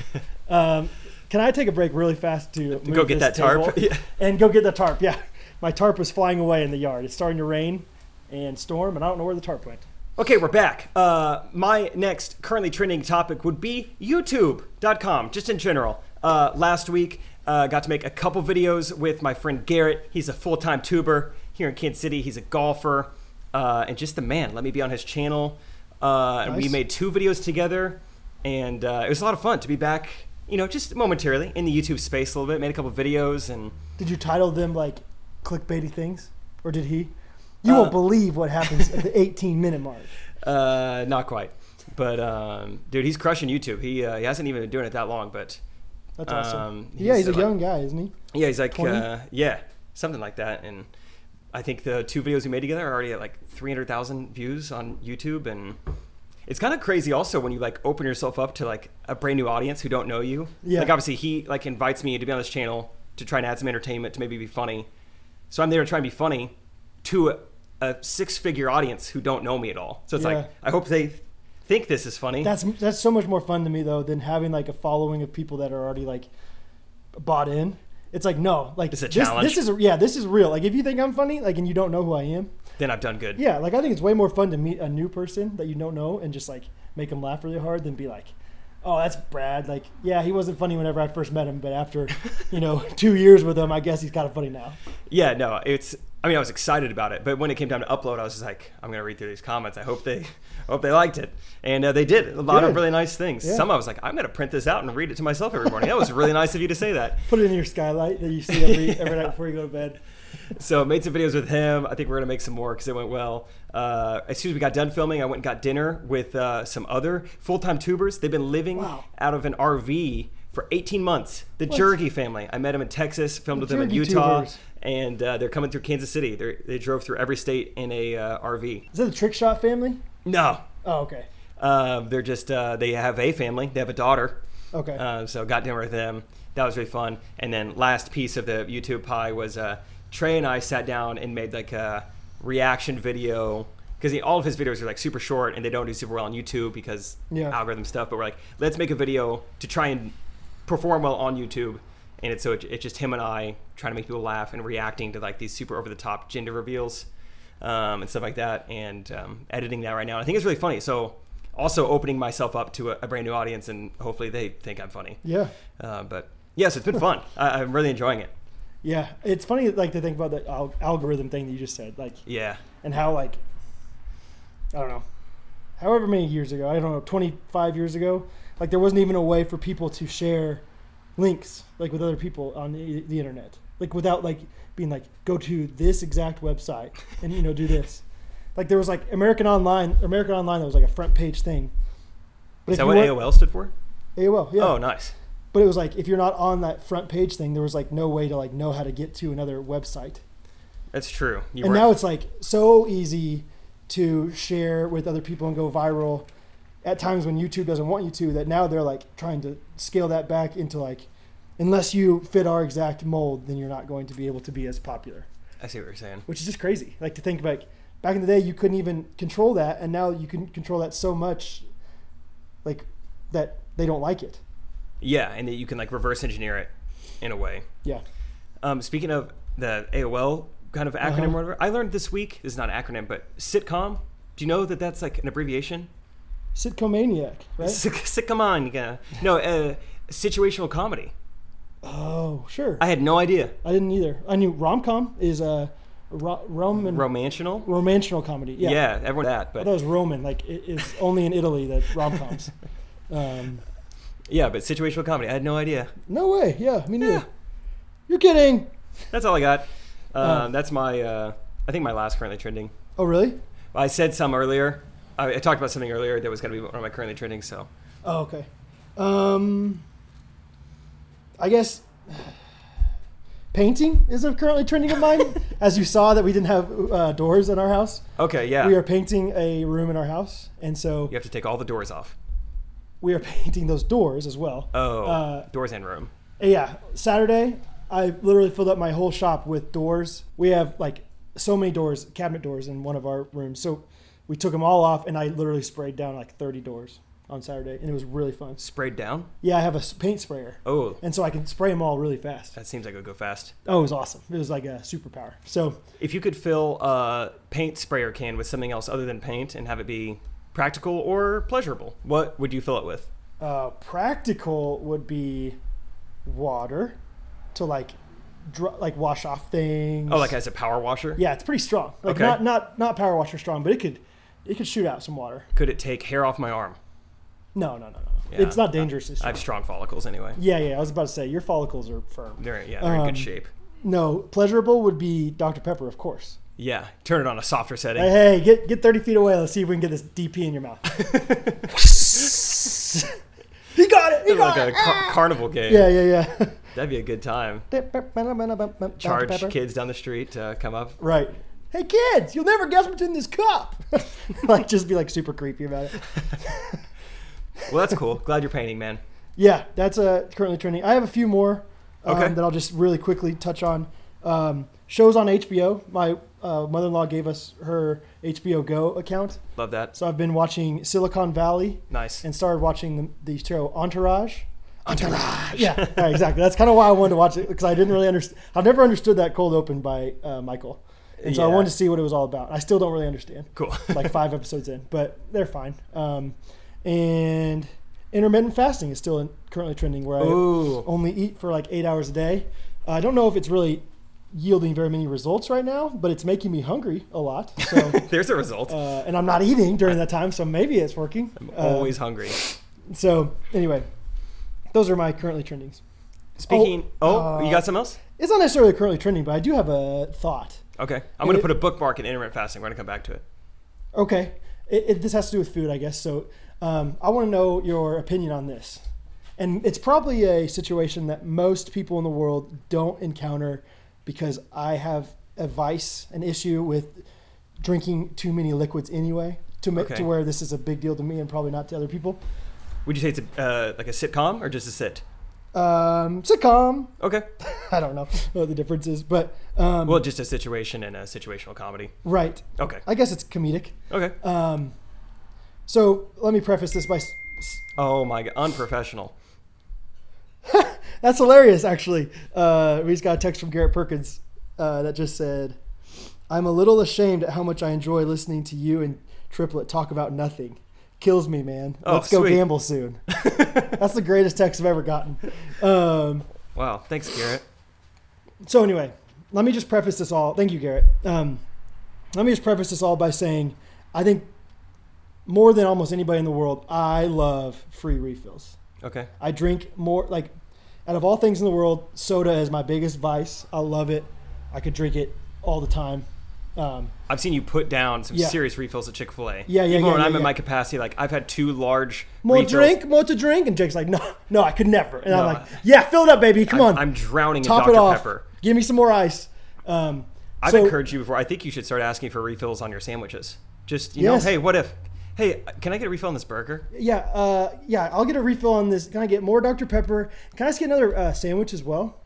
S2: Um, can I take a break really fast to move
S1: Go get that
S2: this
S1: tarp.
S2: table?
S1: Yeah.
S2: and go get the tarp. Yeah, my tarp was flying away in the yard. It's starting to rain and storm, and I don't know where the tarp went.
S1: Okay, we're back. Uh, my next currently trending topic would be YouTube.com, just in general. Uh, last week, uh, got to make a couple videos with my friend Garrett. He's a full time tuber here in Kansas City. He's a golfer uh, and just the man. Let me be on his channel. Uh, And we
S2: Nice.
S1: made two videos together, and uh, it was a lot of fun to be back, you know, just momentarily in the YouTube space a little bit. Made a couple videos and.
S2: Did you title them like clickbaity things, or did he? You
S1: Uh,
S2: won't believe what happens at the 18 minute mark.
S1: Uh, not quite. But um, dude, he's crushing YouTube. He uh, he hasn't even been doing it that long, but
S2: That's awesome.
S1: um,
S2: yeah, he's a
S1: like-
S2: young guy, isn't he?
S1: Yeah, he's like
S2: 20?
S1: uh, yeah, something like that. And I think the two videos we made together are already at like three hundred thousand views on YouTube, and it's kind of crazy. Also, when you like open yourself up to like a brand new audience who don't know you,
S2: Yeah.
S1: Like obviously, he like invites me to be on this channel to try and add some entertainment to maybe be funny. So I'm there to try and be funny to a, a six-figure audience who don't know me at all. So it's
S2: Yeah.
S1: like I hope they think this is funny.
S2: That's that's so much more fun to me though than having like a following of people that are already like bought in. It's like no, like
S1: It's a
S2: this,
S1: challenge.
S2: This is yeah, this is real. Like if you think I'm funny, like and you don't know who I am,
S1: then I've done good.
S2: yeah, like I think it's way more fun to meet a new person that you don't know and just like make them laugh really hard than be like, oh, that's Brad. Like yeah, he wasn't funny whenever I first met him, but after you know two years with him, I guess he's kind of funny now.
S1: Yeah, no, it's. I mean, I was excited about it, but when it came time to upload, I was just like, I'm gonna read through these comments. I hope they, I hope they liked it, and uh, they did. A lot of
S2: Good.
S1: really nice things.
S2: Yeah.
S1: Some I was like, I'm gonna print this out and read it to myself every morning. That was really nice of you to say that.
S2: Put it in your skylight that you see every every night before you go to bed.
S1: So I made some videos with him. I think we're gonna make some more because it went well. Uh, as soon as we got done filming, I went and got dinner with uh, some other full-time tubers. They've been living
S2: Wow.
S1: out of an RV for 18 months. The
S2: What?
S1: Jergy family. I met them in Texas, filmed with
S2: The
S1: them in
S2: Jergy
S1: Utah,
S2: tubers.
S1: and uh, they're coming through Kansas City. They're, they drove through every state in a uh, RV.
S2: Is that the trick shot family?
S1: No.
S2: Oh, okay,
S1: Uh, they're just, uh, they have a family. They have a daughter.
S2: okay.
S1: Uh, so got dinner with them. That was really fun. And then last piece of the YouTube pie was uh, Trey and I sat down and made like a reaction video because all of his videos are like super short and they don't do super well on YouTube because
S2: Yeah.
S1: algorithm stuff. But we're like, let's make a video to try and perform well on YouTube. And it's so it, it's just him and I trying to make people laugh and reacting to like these super over the top gender reveals um, and stuff like that, and um, editing that right now. I think it's really funny. So also opening myself up to a, a brand new audience, and hopefully they think I'm funny.
S2: yeah.
S1: Uh, but yes, it's been fun. I, I'm really enjoying it.
S2: Yeah, it's funny like to think about that al- algorithm thing that you just said, like,
S1: Yeah,
S2: and how like I don't know, however many years ago, I don't know, 25 years ago, like there wasn't even a way for people to share links like with other people on the, the internet, like without like being like go to this exact website and you know do this, like there was like American Online, American Online that was like a front page thing. But
S1: is
S2: if
S1: that
S2: you
S1: what
S2: weren't-
S1: AOL stood for?
S2: AOL, yeah.
S1: Oh, nice.
S2: But it was like if you're not on that front page thing, there was like no way to like know how to get to another website.
S1: That's true. You
S2: and
S1: were-
S2: now it's like so easy to share with other people and go viral at times when YouTube doesn't want you to that now they're like trying to scale that back into like unless you fit our exact mold then you're not going to be able to be as popular
S1: I see what you're saying.
S2: which is just crazy like to think like back in the day you couldn't even control that and now you can control that so much like that they don't like it
S1: Yeah, and that you can like reverse engineer it in a way.
S2: yeah
S1: Um, speaking of the AOL kind of acronym
S2: Uh-huh.
S1: or whatever, I learned this week. This is not an acronym, but sitcom. Do you know that that's like an abbreviation?
S2: sitcomaniac right
S1: Sic- Sitcom. yeah. No, uh, situational comedy.
S2: oh sure
S1: I had no idea.
S2: I didn't either. I knew rom com is a ro- Roman
S1: Romantional.
S2: romantional comedy. Yeah,
S1: Yeah, everyone that.
S2: I
S1: But
S2: thought it was Roman. Like it, it's only in Italy that rom coms. um,
S1: yeah, but situational comedy. I had no idea.
S2: no way. Yeah, me neither.
S1: Yeah.
S2: You're kidding.
S1: That's all I got. Um,
S2: Oh.
S1: That's my. Uh, I think my last currently trending.
S2: Oh really?
S1: I said some earlier. I, I talked about something earlier that was going to be one of my currently trending. So
S2: Oh okay. Um, I guess painting is a currently trending of mine. As you saw, that we didn't have uh, doors in our house.
S1: Okay, yeah.
S2: We are painting a room in our house, and so
S1: you have to take all the doors off.
S2: we are painting those doors as well.
S1: Oh,
S2: Uh,
S1: doors and room.
S2: Yeah, Saturday, I literally filled up my whole shop with doors. We have like so many doors, cabinet doors in one of our rooms. So we took them all off, and I literally sprayed down like 30 doors on Saturday, and it was really fun.
S1: Sprayed down.
S2: Yeah, I have a s- paint sprayer,
S1: Oh,
S2: and so I can spray them all really fast.
S1: that seems like it would go fast.
S2: Oh, it was awesome. It was like a superpower. So
S1: If you could fill a paint sprayer can with something else other than paint and have it be practical or pleasurable, what would you fill it with?
S2: uh, practical would be water to like dr- like wash off things.
S1: Oh, like as a power washer?
S2: yeah, it's pretty strong. Like
S1: Okay.
S2: not not not power washer strong, but it could it could shoot out some water.
S1: Could it take hair off my arm?
S2: No, no, no, no.
S1: Yeah.
S2: it's not dangerous. It's
S1: I have strong follicles anyway.
S2: yeah, yeah. I was about to say your follicles are firm.
S1: They're yeah, they're in
S2: Um,
S1: good shape.
S2: No, pleasurable would be Dr Pepper, of course.
S1: Yeah, turn it on a softer setting.
S2: Hey, hey, get get thirty feet away. Let's see if we can get this DP in your mouth. he got it. He
S1: It's like a
S2: got it.
S1: car- carnival game.
S2: Yeah, yeah, yeah.
S1: That'd be a good time.
S2: Charge
S1: Charge kids down the street to come up.
S2: Right. Hey kids, you'll never guess what's in this cup. like just be like super creepy about it.
S1: Well, that's cool. Glad you're painting, man.
S2: Yeah, that's uh, currently trending. I have a few more um,
S1: Okay.
S2: that I'll just really quickly touch on. Um, shows on HBO. My uh, mother-in-law gave us her HBO Go account,
S1: Love that.
S2: so I've been watching Silicon Valley
S1: Nice.
S2: and started watching the, the show Entourage.
S1: Entourage.
S2: Yeah, right, exactly. That's kind of why I wanted to watch it because I didn't really understand. I've never understood that cold open by uh, Michael, and so I
S1: Yeah.
S2: wanted to see what it was all about. I still don't really understand.
S1: Cool.
S2: like five episodes in, but they're fine. Um, and intermittent fasting is still in, currently trending, where I
S1: Ooh.
S2: only eat for like eight hours a day. I don't know if it's really yielding very many results right now, but it's making me hungry a lot. So,
S1: There's a result.
S2: uh, and I'm not eating during that time, so maybe it's working.
S1: I'm
S2: Uh,
S1: always hungry.
S2: so anyway, those are my currently trendings.
S1: Speaking. Oh,
S2: uh,
S1: you got something else?
S2: It's not necessarily currently trending, but I do have a thought.
S1: Okay. I'm going
S2: it-
S1: to put a bookmark in intermittent fasting. We're going to come back to it.
S2: Okay, it, it, this has to do with food, I guess. So um, I want to know your opinion on this, and it's probably a situation that most people in the world don't encounter because I have a vice, an issue with drinking too many liquids anyway, to ma-
S1: Okay.
S2: to where this is a big deal to me and probably not to other people.
S1: Would you say it's a, uh, like a sitcom or just a sit?
S2: Um, sitcom,
S1: Okay.
S2: I don't know what the difference is, but um,
S1: Well, just a situation and a situational comedy.
S2: right,
S1: Okay.
S2: I guess it's comedic.
S1: Okay.
S2: Um, so let me preface this by. s- s-
S1: Oh my god, unprofessional.
S2: That's hilarious, actually. Uh, we just got a text from Garrett Perkins uh, that just said, I'm a little ashamed at how much I enjoy listening to you and Triplet talk about nothing. Kills me, man.
S1: Oh,
S2: Let's go
S1: sweet.
S2: gamble soon. That's the greatest text I've ever gotten. Um,
S1: Wow. Thanks, Garrett.
S2: so, anyway, let me just preface this all. Thank you, Garrett. Um, let me just preface this all by saying, I think more than almost anybody in the world, I love free refills.
S1: Okay.
S2: I drink more like out of all things in the world, soda is my biggest vice. I love it. I could drink it all the time. Um,
S1: I've seen you put down some
S2: Yeah.
S1: serious refills at Chick Fil A.
S2: Yeah, yeah,
S1: Even
S2: yeah,
S1: when
S2: yeah,
S1: I'm
S2: yeah.
S1: in my capacity, like I've had two large
S2: more
S1: refills.
S2: drink, more to drink, and Jake's like, no, no, I could never. And I'm
S1: No.
S2: like, yeah, fill it up, baby. Come
S1: I'm,
S2: on,
S1: I'm drowning
S2: top
S1: in
S2: it
S1: Dr
S2: off.
S1: Pepper.
S2: Give me some more ice. Um,
S1: I've
S2: so-
S1: encouraged you before. I think you should start asking for refills on your sandwiches. Just you
S2: Yes.
S1: know, hey, what if? Hey, uh, can I get a refill on this burger?
S2: Yeah, uh, yeah. I'll get a refill on this. Can I get more Dr Pepper? Can I just get another uh, sandwich as well?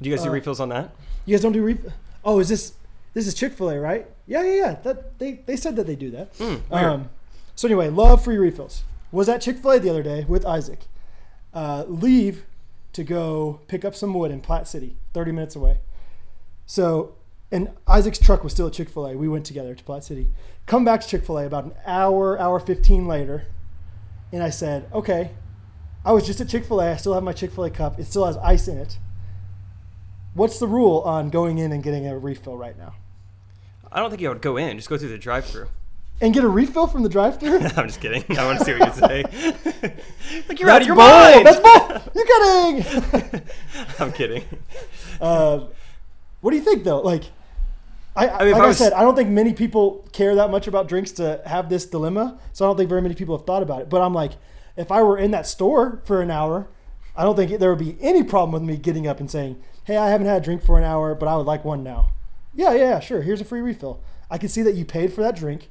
S1: Do you guys
S2: Uh,
S1: do refills on that?
S2: You guys don't do refill. Oh, is this this is Chick Fil A, right? Yeah, yeah, yeah. That they they said that they do that.
S1: weird.
S2: Um, so anyway, love free refills. Was at Chick Fil A the other day with Isaac. Uh, leave to go pick up some wood in Platt City, 30 minutes away. So, and Isaac's truck was still at Chick Fil A. We went together to Platt City. Come back to Chick Fil A about an hour, hour 15 later, and I said, okay. I was just at Chick Fil A. I still have my Chick Fil A cup. It still has ice in it. What's the rule on going in and getting a refill right now?
S1: I don't think you would go in. Just go through the drive-through.
S2: And get a refill from the drive-through?
S1: I'm just kidding. I want to see what you say. like you're out
S2: That's
S1: of your
S2: bull.
S1: mind.
S2: That's bull. You're kidding.
S1: I'm kidding.
S2: Um, what do you think though? Like, I,
S1: mean, if
S2: like
S1: I
S2: I,
S1: was-
S2: said, I don't think many people care that much about drinks to have this dilemma. So I don't think very many people have thought about it. But I'm like, if I were in that store for an hour, I don't think there would be any problem with me getting up and saying, "Hey, I haven't had a drink for an hour, but I would like one now." Yeah, yeah, yeah, sure. Here's a free refill. I can see that you paid for that drink.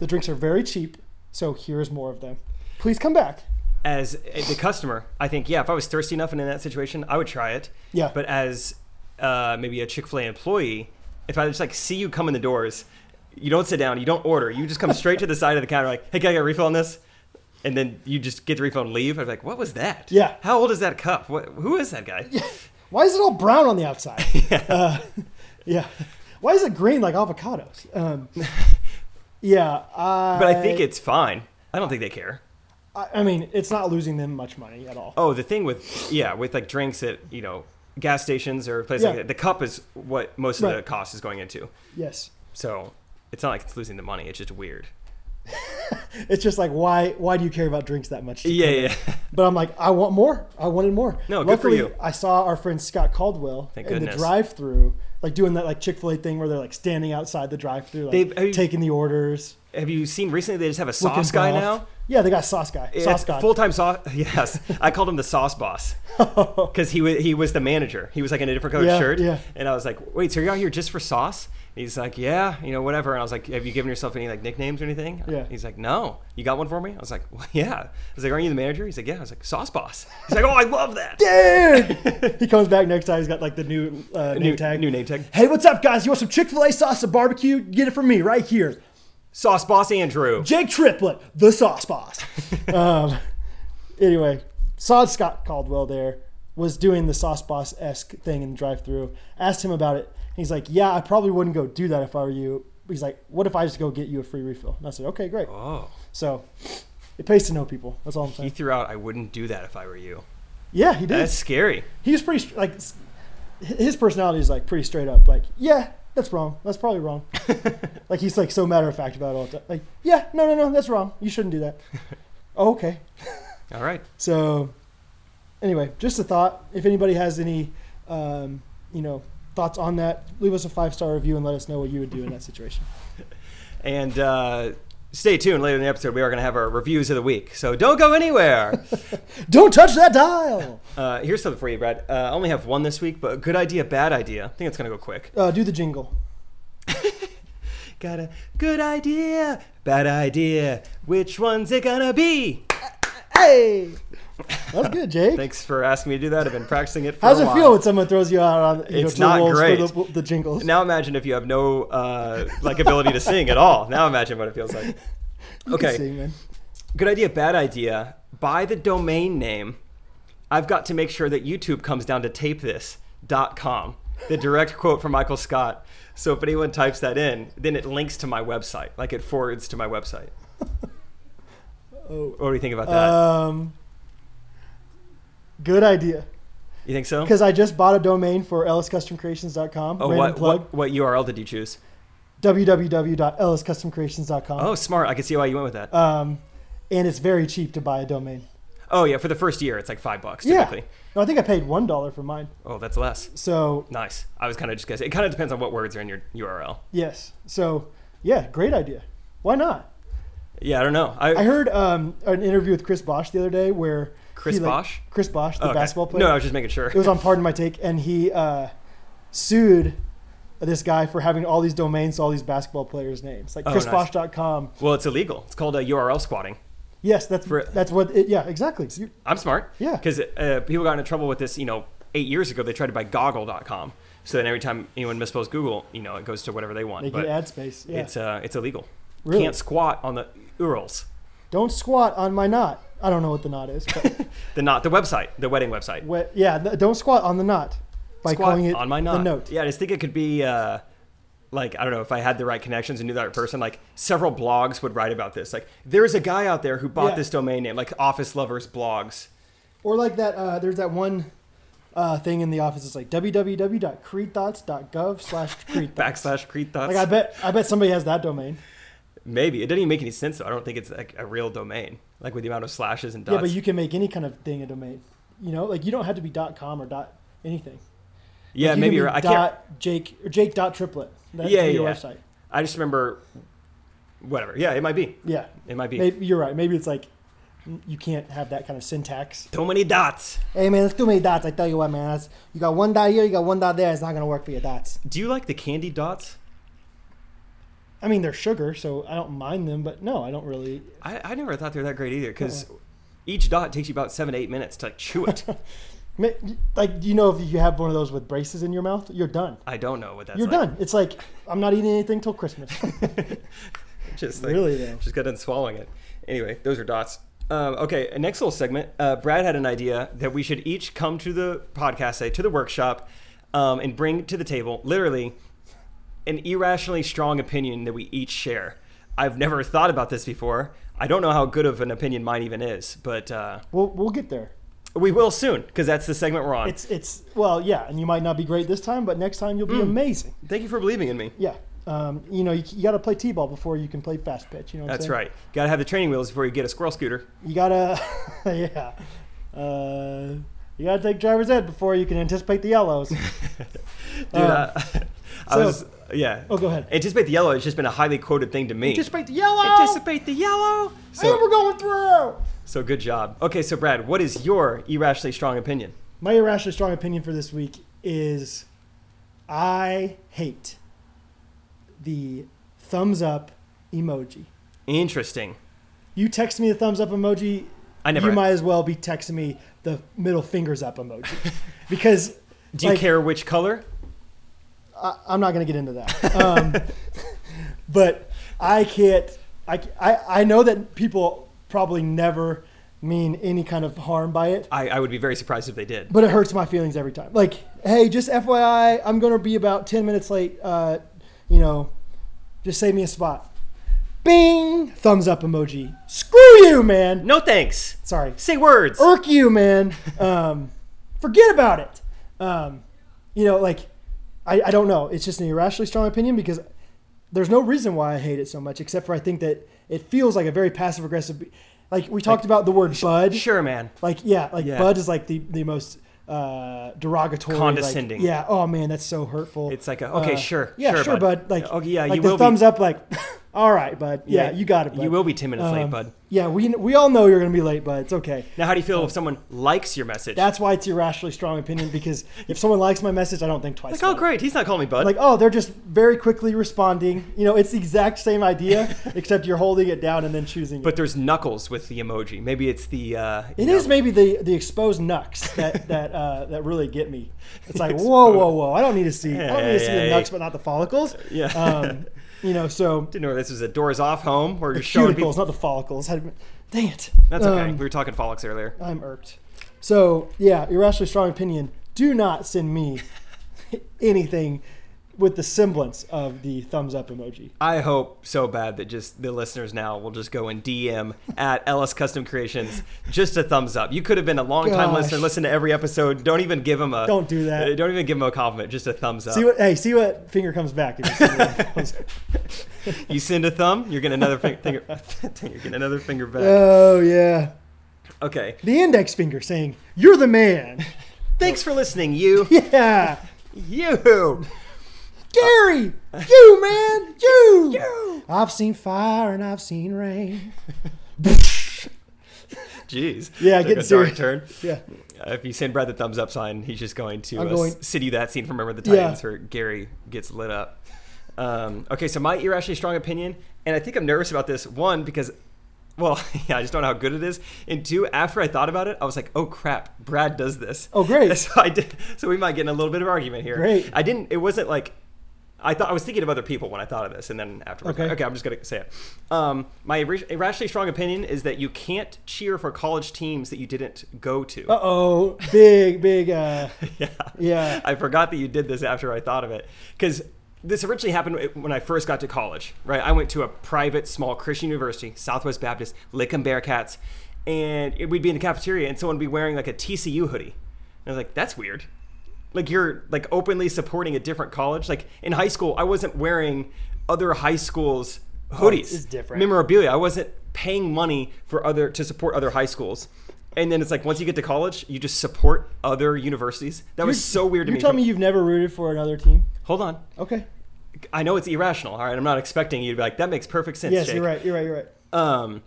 S2: The drinks are very cheap, so here's more of them. Please come back.
S1: As the customer, I think yeah, if I was thirsty enough and in that situation, I would try it.
S2: Yeah.
S1: But as uh, maybe a Chick Fil A employee, if I just like see you come in the doors, you don't sit down, you don't order, you just come straight to the side of the counter, like, hey, can I get a refill on this? And then you just get the refill and leave. I'm like, what was that?
S2: Yeah.
S1: How old is that cup? What, who is that guy?
S2: Why is it all brown on the outside? yeah. Uh, yeah. Why is it green like avocados? Um, yeah. I,
S1: But I think it's fine. I don't think they care.
S2: I, I mean, it's not losing them much money at all.
S1: Oh, the thing with yeah, with like drinks at you know gas stations or places like
S2: Yeah.
S1: that, the cup is what most of
S2: Right.
S1: the cost is going into.
S2: Yes.
S1: So it's not like it's losing the money. It's just weird.
S2: It's just like why? Why do you care about drinks that much?
S1: Yeah, yeah. yeah.
S2: But I'm like, I want more. I wanted more.
S1: No, good for
S2: Luckily,
S1: you.
S2: I saw our friend Scott Caldwell
S1: Thank
S2: in
S1: goodness.
S2: the drive-through, like doing that like Chick Fil A thing where they're like standing outside the drive-through, like
S1: They- I-
S2: taking the orders.
S1: Have you seen recently? They just have a
S2: looking
S1: sauce guy
S2: buff.
S1: now.
S2: Yeah, they got sauce guy. sauce guy.
S1: Full time sauce. Yes, I called him the sauce boss because he was he was the manager. He was like in a different colored
S2: Yeah,
S1: shirt,
S2: yeah.
S1: and I was like, "Wait, so you're out here just for sauce?" And he's like, "Yeah, you know, whatever." And I was like, "Have you given yourself any like nicknames or anything?"
S2: Yeah.
S1: He's like, "No." You got one for me? I was like, well, "Yeah." I was like, "Aren't you the manager?" He's like, "Yeah." I was like, "Sauce boss." He's like, "Oh, I love that."
S2: Dude, he comes back next time. He's got like the new uh, name
S1: New
S2: tag.
S1: new name tag.
S2: Hey, what's up, guys? You want some Chick Fil A sauce to barbecue? Get it from me right here.
S1: Sauce boss Andrew.
S2: Jake Triplett, the sauce boss. um, anyway, saw Scott Caldwell there, was doing the sauce boss esque thing in the drive through. Asked him about it. and He's like, Yeah, I probably wouldn't go do that if I were you. He's like, What if I just go get you a free refill? And I said, Okay, great.
S1: Oh,
S2: So it pays to know people. That's all I'm
S1: he
S2: saying.
S1: threw out. I wouldn't do that if I were you.
S2: Yeah, he did.
S1: That's scary.
S2: He was pretty, str- like, s- his personality is like pretty straight up. Like, yeah, that's wrong. That's probably wrong. like, he's like so matter of fact about it all the time. Like, yeah, no, no, no, that's wrong. You shouldn't do that. oh, okay.
S1: All right.
S2: So, anyway, just a thought. If anybody has any, um, you know, thoughts on that, leave us a five star review and let us know what you would do in that situation.
S1: And uh, stay tuned later in the episode. We are going to have our reviews of the week. So don't go anywhere.
S2: Don't touch that dial.
S1: uh, here's something for you, Brad. Uh, I only have one this week, but a good idea, bad idea. I think it's going to go quick.
S2: Uh, do the jingle.
S1: Got a good idea, bad idea. Which one's it going to be?
S2: Hey, that's good, Jake.
S1: Thanks for asking me to do that. I've been practicing it for
S2: How's
S1: a
S2: it
S1: while.
S2: feel when someone throws you out on you know,
S1: It's
S2: to the
S1: not
S2: wolves
S1: great.
S2: for the, the jingles?
S1: Now imagine if you have no uh, like ability to sing at all. Now imagine what it feels like.
S2: You can
S1: Okay.
S2: sing, man.
S1: Good idea, bad idea. Buy the domain name. I've got to make sure that YouTube comes down to tapethis.com. The direct quote from Michael Scott. So if anyone types that in, then it links to my website. Like it forwards to my website.
S2: Oh.
S1: What do you think about that?
S2: Um, good idea.
S1: you think so?
S2: Because I just bought a domain for elliscustomcreations.com.
S1: Oh,
S2: random
S1: what,
S2: plug.
S1: what what URL did you choose?
S2: www.elliscustomcreations.com.
S1: Oh, smart. I can see why you went with that.
S2: um, and it's very cheap to buy a domain.
S1: Oh yeah, for the first year, it's like five bucks
S2: Yeah.
S1: typically.
S2: No, I think I paid one dollar for mine.
S1: Oh, that's less.
S2: So
S1: Nice. I was kind of just guessing. It kind of depends on what words are in your URL.
S2: yes, so yeah, great idea. Why not?
S1: Yeah, I don't know. I,
S2: I heard um, an interview with Chris Bosch the other day where
S1: Chris
S2: he, like-
S1: Bosch?
S2: Chris Bosch, the
S1: Oh, okay.
S2: basketball player.
S1: No, I was just making sure.
S2: it was on Pardon My Take, and he uh, sued this guy for having all these domains to all these basketball players' names, like
S1: Oh, nice.
S2: ChrisBosch.com.
S1: Well, it's illegal. It's called uh, a URL squatting.
S2: Yes, that's
S1: For-
S2: that's what. It, yeah, exactly. You-
S1: I'm smart.
S2: Yeah.
S1: Because uh, people got into trouble with this, you know, eight years ago. They tried to buy goggle.com. So then every time anyone misspells Google, you know, it goes to whatever they want.
S2: they
S1: but
S2: get ad space. Yeah.
S1: it's, uh, it's illegal.
S2: Really?
S1: Can't squat on the URLs.
S2: Don't squat on my knot. I don't know what the knot is. But
S1: The not the website, the wedding website.
S2: Wait, yeah, th- don't squat on the knot by
S1: Squat
S2: calling it
S1: on my
S2: the
S1: knot.
S2: note.
S1: Yeah, I just think it could be uh, like I don't know if I had the right connections and knew the right person. Like several blogs would write about this. Like there's a guy out there who bought
S2: Yeah.
S1: this domain name, like Office Lovers Blogs.
S2: Or like that, uh, there's that one uh, thing in the office. It's like www.creedthoughts.gov slash creedthoughts.
S1: Backslash Crete Thoughts.
S2: Like I bet, I bet somebody has that domain.
S1: Maybe it doesn't even make any sense though. I don't think it's like a real domain, like with the amount of slashes and dots.
S2: Yeah, but you can make any kind of thing a domain. You know, like you don't have to be dot .com or dot anything.
S1: Yeah,
S2: Like, you
S1: maybe
S2: can
S1: you're.
S2: be
S1: right. I can't.
S2: dot Jake or Jake dot triplet. That's
S1: Yeah,
S2: your
S1: yeah.
S2: website.
S1: I just remember. Whatever. Yeah, it might be.
S2: Yeah,
S1: It might be.
S2: maybe you're right. Maybe it's like You can't have that kind of syntax.
S1: Too many dots.
S2: Hey man, it's too many dots. I tell you what, man, that's, you got one dot here, you got one dot there. It's not gonna work for your dots.
S1: Do you like the candy dots?
S2: I mean, they're sugar, so I don't mind them, but no, I don't really.
S1: I, I never thought they were that great either because each dot takes you about seven to eight minutes to like, chew it.
S2: Ma- Like, you know, if you have one of those with braces in your mouth, you're done.
S1: I don't know what that's
S2: you're
S1: like.
S2: done. It's like I'm not eating anything till Christmas.
S1: just like,
S2: really though.
S1: just got done swallowing it. Anyway, those are dots. Um, okay, uh, next little segment. Uh, Brad had an idea that we should each come to the podcast, say to the workshop, um, and bring to the table literally an irrationally strong opinion that we each share. I've never thought about this before. I don't know how good of an opinion mine even is, but uh,
S2: We'll we'll get there.
S1: we will soon because that's the segment we're on.
S2: It's it's well, yeah, and you might not be great this time, but next time you'll
S1: Hmm.
S2: be amazing.
S1: Thank you for believing in me.
S2: Yeah. Um, you know, you, you got to play t-ball before you can play fast pitch. You know, what I'm
S1: That's
S2: saying?
S1: right. Got to have the training wheels before you get a squirrel scooter.
S2: You gotta, yeah, uh, you gotta take driver's ed before you can anticipate the yellows.
S1: Dude,
S2: Uh,
S1: I, I
S2: so-
S1: was yeah.
S2: oh, go ahead.
S1: Anticipate the yellow has just been a highly quoted thing to me.
S2: Anticipate the yellow.
S1: Anticipate the yellow.
S2: and we're
S1: So,
S2: going through.
S1: so good job. Okay, so Brad, what is your irrationally strong opinion?
S2: My irrationally strong opinion for this week is, I hate the thumbs up emoji.
S1: Interesting.
S2: You text me the thumbs up emoji.
S1: I never.
S2: You might as well be texting me the middle fingers up emoji, because
S1: Do you
S2: like-
S1: care which color?
S2: I, I'm not going to get into that. Um, but I can't. I, I I know that people probably never mean any kind of harm by it,
S1: I, I would be very surprised if they did.
S2: but it hurts my feelings every time. Like, hey, just FYI, I'm going to be about 10 minutes late. Uh, you know, just save me a spot. Bing! Thumbs up emoji. Screw you, man.
S1: No thanks.
S2: Sorry
S1: Say words.
S2: irk you, man. Um, forget about it. Um, you know, like I, I don't know. It's just an irrationally strong opinion because there's no reason why I hate it so much, except for I think that it feels like a very passive aggressive. Like we talked about the word bud.
S1: Sure, man.
S2: Like yeah, like
S1: Yeah.
S2: bud is like the the most uh derogatory like-
S1: Condescending.
S2: yeah oh man that's so hurtful
S1: It's like a, okay,
S2: Uh,
S1: sure.
S2: yeah sure, bud. like
S1: okay, yeah,
S2: like
S1: you
S2: the
S1: will
S2: thumbs
S1: be,
S2: up like all right bud yeah, you got it bud.
S1: You will be ten minutes late,
S2: Um,
S1: bud.
S2: yeah we we all know you're gonna be late bud it's okay
S1: Now, how do you feel if someone likes your message?
S2: that's why it's irrationally strong opinion because if someone likes my message, I don't think twice.
S1: like,
S2: about
S1: oh,
S2: it.
S1: great, he's not calling me bud.
S2: Like, oh, they're just very quickly responding. You know, it's the exact same idea, except you're holding it down and then choosing.
S1: but there's knuckles with the emoji. Maybe it's the. Uh,
S2: it
S1: you
S2: It
S1: know,
S2: is maybe the the exposed nucks that that uh, that really get me. It's like,
S1: Exposed.
S2: whoa, whoa, whoa! I don't need to see. I don't need to see
S1: Hey.
S2: the nucks, but not the follicles.
S1: Yeah.
S2: Um, you know, so
S1: Didn't know this was a doors off home where
S2: the
S1: you're showing
S2: cuticles,
S1: people.
S2: not the follicles. Had- Dang it.
S1: That's okay.
S2: Um,
S1: we were talking follics earlier.
S2: I'm irked. So yeah, irrationally strong opinion. Do not send me anything with the semblance of the thumbs up emoji.
S1: I hope so bad that just the listeners now will just go and DM at LS Custom Creations just a thumbs up. You could have been a long time
S2: Gosh.
S1: listener, listen to every episode. Don't even give them a
S2: Don't do that.
S1: uh, Don't even give them a compliment, just a thumbs up.
S2: See what? Hey, see what finger comes back. If you send me a thumbs up.
S1: you send a thumb, you're getting another finger. finger you're getting another finger back.
S2: oh yeah,
S1: okay.
S2: the index finger saying you're the man.
S1: Thanks for listening, you.
S2: Yeah,
S1: you.
S2: Gary, you man, you. you. I've seen fire and I've seen rain.
S1: Jeez.
S2: Yeah,
S1: Took
S2: getting
S1: a dark
S2: serious.
S1: turn.
S2: Yeah,
S1: Uh, if you send Brad the thumbs up sign, he's just going to uh,
S2: I'm going-
S1: s- city that scene from Remember the
S2: Yeah.
S1: Titans where Gary gets lit up. Um, okay, so my irrationally strong opinion, and I think I'm nervous about this one because, well, yeah, I just don't know how good it is. And two, after I thought about it, I was like, oh crap, Brad does this.
S2: Oh, great.
S1: So I did. So we might get in a little bit of argument here.
S2: Great.
S1: I didn't. It wasn't like. I thought I was thinking of other people when I thought of this, and then afterwards,
S2: Okay.
S1: okay, I'm just gonna say it. Um, my irra- irrationally strong opinion is that you can't cheer for college teams that you didn't go to.
S2: uh oh, big big. Uh,
S1: Yeah.
S2: Yeah.
S1: I forgot that you did this after I thought of it. Because this originally happened when I first got to college, right? I went to a private, small Christian university, Southwest Baptist, Lickham Bearcats, and it, we'd be in the cafeteria and someone would be wearing like a TCU hoodie. And I was like, that's weird. Like you're like openly supporting a different college. Like in high school, I wasn't wearing other high schools hoodies.
S2: it's different.
S1: Memorabilia. I wasn't paying money for other to support other high schools. And then it's like once you get to college, you just support other universities. That was so weird to
S2: you
S1: me.
S2: tell
S1: From-
S2: me you've never rooted for another team.
S1: Hold on.
S2: Okay.
S1: I know it's irrational. All right, I'm not expecting you to be like that makes perfect sense.
S2: Yes,
S1: Jake.
S2: you're right. You're right. You're right.
S1: Um,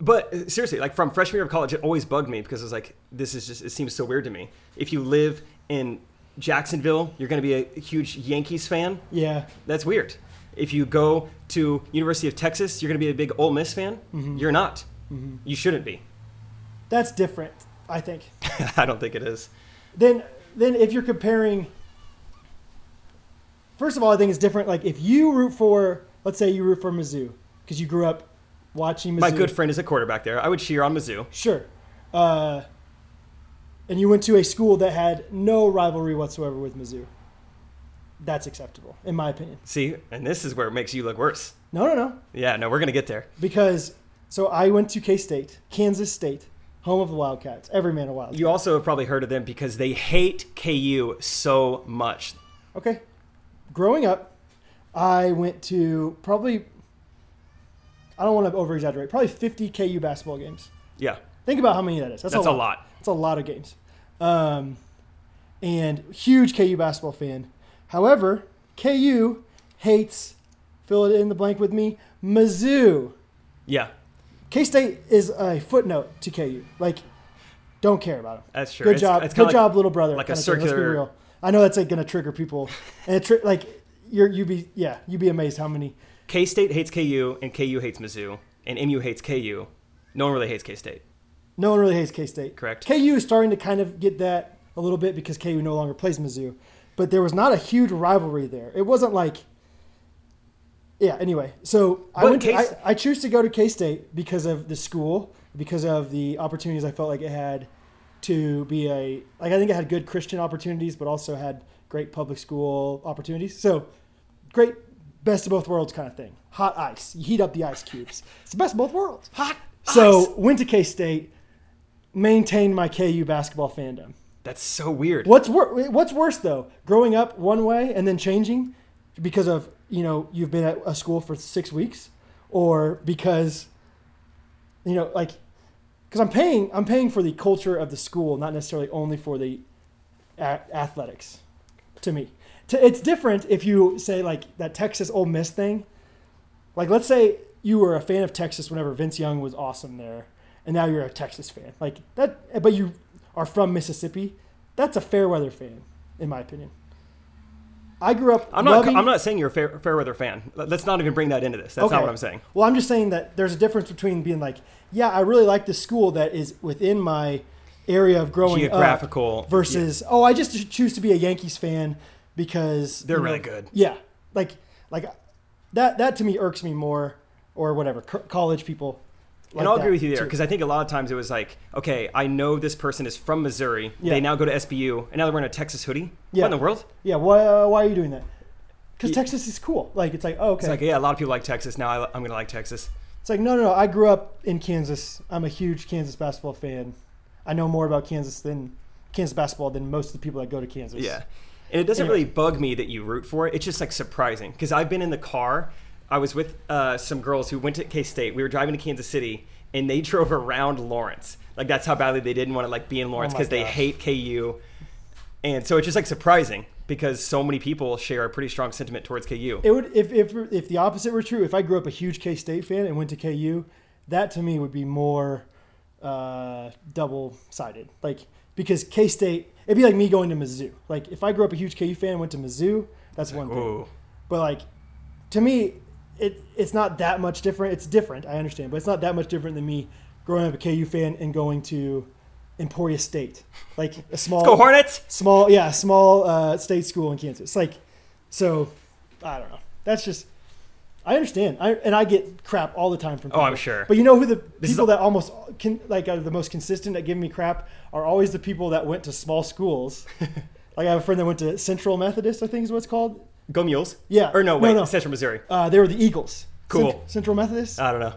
S1: But uh, seriously, like from freshman year of college, it always bugged me because I was like, this is just, it seems so weird to me. If you live in Jacksonville, you're going to be a huge Yankees fan.
S2: Yeah.
S1: That's weird. If you go to University of Texas, you're going to be a big Ole Miss fan.
S2: Mm-hmm.
S1: You're not. You shouldn't be.
S2: That's different, I think.
S1: I don't think it is.
S2: Then then if you're comparing First of all, I think it's different like if you root for let's say you root for Mizzou because you grew up watching Mizzou.
S1: My good friend is a quarterback there. I would cheer on Mizzou.
S2: Sure. Uh, and you went to a school that had no rivalry whatsoever with Mizzou. That's acceptable, in my opinion.
S1: See, and this is where it makes you look worse.
S2: No, no, no.
S1: Yeah, no, we're gonna get there.
S2: Because, so I went to K State, Kansas State, home of the Wildcats, every man of Wildcats.
S1: You also have probably heard of them because they hate KU so much.
S2: Okay. Growing up, I went to probably, I don't want to over exaggerate, probably 50 KU basketball games.
S1: Yeah,
S2: Think about how many that is. That's,
S1: that's a
S2: a lot.
S1: lot.
S2: It's a lot of games. Um, and huge KU basketball fan. However, KU hates, fill it in the blank with me, Mizzou.
S1: Yeah,
S2: K State is a footnote to KU. Like, don't care about them.
S1: that's true.
S2: Good
S1: It's-
S2: job.
S1: It's
S2: Good
S1: kinda
S2: job, little brother.
S1: like a
S2: kinda thing. Let's
S1: circular-
S2: be real. I know that's like going to trigger people. And it tri- like, you're, you'd be, yeah, you'd be amazed how many.
S1: Like K State hates KU and KU hates Mizzou and MU hates KU. No one really hates K State.
S2: No one really hates K State.
S1: Correct.
S2: KU is starting to kind of get that a little bit because KU no longer plays Mizzou, but there was not a huge rivalry there. It wasn't like, yeah. Anyway, so I
S1: But
S2: went. To,
S1: K-
S2: I, I choose to go to K State because of the school, because of the opportunities I felt like it had to be a like. I think it had good Christian opportunities, but also had great public school opportunities. So great, best of both worlds kind of thing. Hot ice. You heat up the ice cubes. It's the best of both worlds.
S1: Hot.
S2: So went to K State, maintained my KU basketball fandom.
S1: that's so weird.
S2: What's wor- What's worse though, growing up one way and then changing because of you know you've been at a school for six weeks, or because you know like because I'm paying I'm paying for the culture of the school, not necessarily only for the a- athletics. To me, to, it's different if you say like that Texas Ole Miss thing. Like let's say you were a fan of Texas whenever Vince Young was awesome there, and now you're a Texas fan. Like that, but you are from Mississippi. That's a fair weather fan, in my opinion. I grew up.
S1: I'm not.
S2: loving-
S1: I'm not saying you're a fair, fair weather fan. Let- Let's not even bring that into this. That's not
S2: Okay.
S1: what I'm saying.
S2: Well, I'm just saying that there's a difference between being like, yeah, I really like this school that is within my area of growing
S1: Geographical
S2: up versus, oh, I just choose to be a Yankees fan because
S1: They're
S2: you
S1: really good.
S2: Yeah, like like that that to me irks me more or whatever. Co- college people. Like
S1: and I'll
S2: that,
S1: agree with you there
S2: too.
S1: because I think a lot of times it was like, okay, I know this person is from Missouri.
S2: Yeah.
S1: They now go to SBU, and now they're wearing a Texas hoodie.
S2: Yeah.
S1: What in the world?
S2: yeah, why uh, why are you doing that? Because
S1: Ye-
S2: Texas is cool. Like it's like oh, okay.
S1: It's like, yeah, a lot of people like Texas. Now I, I'm going to like Texas.
S2: It's like, no, no, no. I grew up in Kansas. I'm a huge Kansas basketball fan. I know more about Kansas than Kansas basketball than most of the people that go to Kansas.
S1: Yeah. And it doesn't
S2: Anyway.
S1: really bug me that you root for it. It's just like surprising because I've been in the car. I was with uh, some girls who went to K State. We were driving to Kansas City, and they drove around Lawrence. Like that's how badly they didn't want to like be in Lawrence
S2: Oh my
S1: because they
S2: gosh.
S1: hate KU. And so it's just like surprising because so many people share a pretty strong sentiment towards KU.
S2: It would if if if the opposite were true. If I grew up a huge K State fan and went to KU, that to me would be more uh, double sided. Like because K State, it'd be like me going to Mizzou. Like if I grew up a huge KU fan, and went to Mizzou, that's one thing.
S1: Ooh.
S2: But like, to me, it it's not that much different. It's different, I understand, but it's not that much different than me growing up a KU fan and going to Emporia State, like a small,
S1: Go Hornets!
S2: small, yeah, small uh, state school in Kansas. Like, so I don't know. That's just. I understand, I, and I get crap all the time from.
S1: Oh, I'm
S2: people.
S1: sure.
S2: But you know who the
S1: This is
S2: people that almost can like are the most consistent at giving me crap are always the people that went to small schools. like I have a friend that went to Central Methodist, I think is what it's called.
S1: Go Mules.
S2: Yeah.
S1: Or no,
S2: No,
S1: wait,
S2: no.
S1: Central Missouri.
S2: Uh, they were the Eagles.
S1: Cool.
S2: Central Methodist.
S1: I don't know.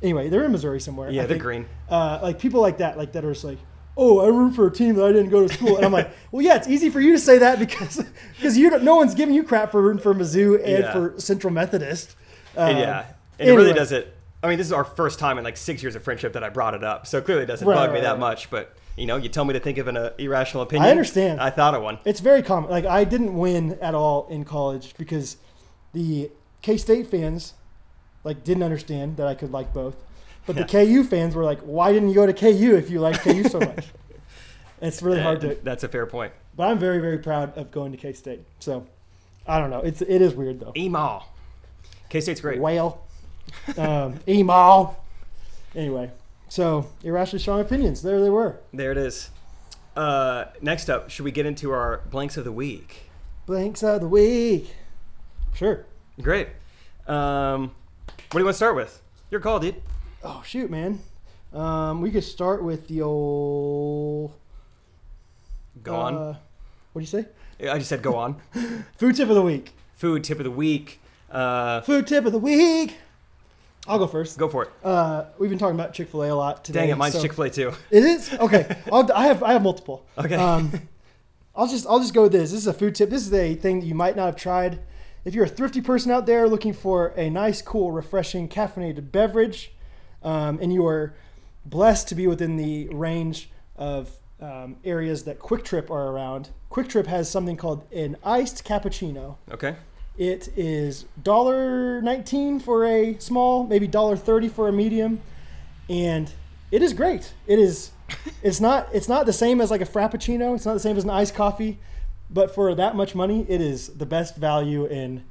S2: anyway, they're in Missouri somewhere.
S1: Yeah,
S2: I
S1: they're
S2: think.
S1: green.
S2: Uh, like people like that, like that are just like, oh, I root for a team that I didn't go to school, and I'm like, well, yeah, it's easy for you to say that because because you don't, no one's giving you crap for rooting for Mizzou and
S1: Yeah.
S2: for Central Methodist.
S1: And
S2: Um,
S1: yeah, and it really
S2: anyway.
S1: doesn't. I mean, this is our first time in like six years of friendship that I brought it up, so clearly it doesn't
S2: Right,
S1: bug me
S2: right,
S1: that
S2: right.
S1: much. But you know, you tell me to think of an uh, irrational opinion.
S2: understand.
S1: I thought of one.
S2: It's very common. Like I didn't win at all in college because the K State fans like didn't understand that I could like both. But
S1: Yeah.
S2: the KU fans were like, why didn't you go to KU if you like KU so much? it's really hard to.
S1: That's a fair point.
S2: But I'm very, very proud of going to K State. So I don't know. It's it is weird though.
S1: Email. K State's great.
S2: Whale, um, email. Anyway, so irrationally strong opinions. There they were.
S1: There it is. Uh, next up, should we get into our blanks of the week?
S2: Blanks of the week. Sure.
S1: Great. Um, what do you want to start with? Your call, dude.
S2: Oh shoot, man. Um, we could start with the old.
S1: Go on.
S2: Uh, what do you say?
S1: I just said go on.
S2: Food tip of the week.
S1: Food tip of the week. Uh,
S2: Food tip of the week. I'll go first.
S1: go for it.
S2: Uh, we've been talking about Chick Fil A a lot today.
S1: Dang it, mine's
S2: so-
S1: Chick Fil A too.
S2: It is okay. I'll, I have I have multiple.
S1: Okay.
S2: Um, I'll just I'll just go with this. This is a food tip. This is a thing that you might not have tried. If you're a thrifty person out there looking for a nice, cool, refreshing caffeinated beverage, um, and you are blessed to be within the range of um, areas that Quick Trip are around, Quick Trip has something called an iced cappuccino.
S1: Okay.
S2: It is dollar nineteen for a small, maybe dollar thirty for a medium, and it is great. It is, it's not it's not the same as like a frappuccino. It's not the same as an iced coffee, but for that much money, it is the best value in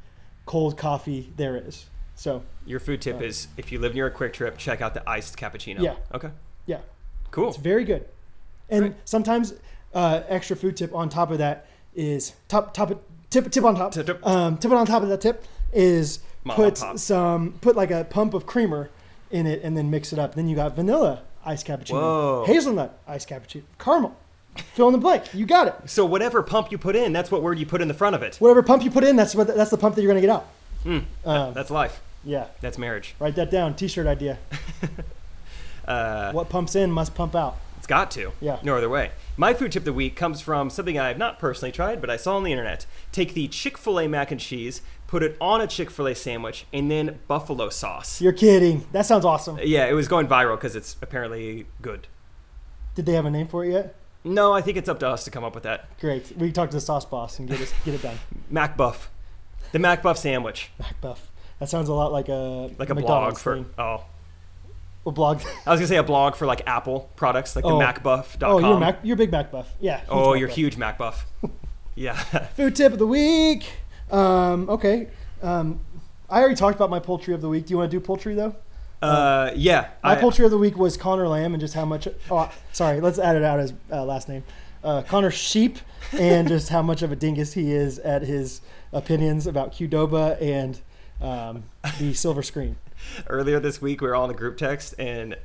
S2: cold coffee there is. So
S1: Your food tip is if you live near a quick trip, check out the iced cappuccino.
S2: Yeah.
S1: Okay.
S2: yeah,
S1: Cool.
S2: It's very good. And
S1: Great.
S2: sometimes uh, extra food tip on top of that is top top tip tip on top.
S1: Tip, tip.
S2: Um, tip it on top of that tip is
S1: Mom
S2: put
S1: and pop.
S2: some put like a pump of creamer in it and then mix it up. Then you got vanilla iced cappuccino,
S1: Whoa.
S2: hazelnut iced cappuccino, caramel. Fill in the blank. You got it.
S1: So whatever pump you put in, that's what word you put in the front of it.
S2: Whatever pump you put in, that's what that's the pump that you're gonna get out. Um,
S1: That's life.
S2: yeah,
S1: That's marriage.
S2: write that down. T-shirt idea.
S1: Uh,
S2: What pumps in must pump out.
S1: it's got to.
S2: Yeah.
S1: No other way. My food tip of the week comes from something I have not personally tried, but I saw on the internet. Take the Chick Fil A mac and cheese, put it on a Chick Fil A sandwich, and then buffalo sauce.
S2: You're kidding. That sounds awesome.
S1: Yeah, it was going viral because it's apparently good.
S2: Did they have a name for it yet?
S1: No, I think it's up to us to come up with that.
S2: Great. We can talk to the sauce boss and get it get it done.
S1: Mac Buff. The Mac Buff sandwich.
S2: MacBuff. That sounds a lot like a
S1: Like a
S2: McDonald's
S1: blog
S2: thing.
S1: for. Oh.
S2: a blog.
S1: I was going to say a blog for like Apple products, like
S2: Oh.
S1: the MacBuff.com.
S2: Oh, you're a Mac. You're a big MacBuff. Yeah. huge
S1: Oh,
S2: Mac
S1: you're
S2: buff.
S1: huge Mac Buff. yeah.
S2: Food tip of the week. Um, okay. Um, I already talked about my poultry of the week. Do you want to do poultry though?
S1: Uh, yeah.
S2: My
S1: I-
S2: poultry of the week was Connor Lamb and just how much. Oh, sorry. Let's add it out as uh, last name. Uh, Connor Sheep and just how much of a dingus he is at his opinions about Qdoba and um, the silver screen.
S1: earlier this week we were all in the group text and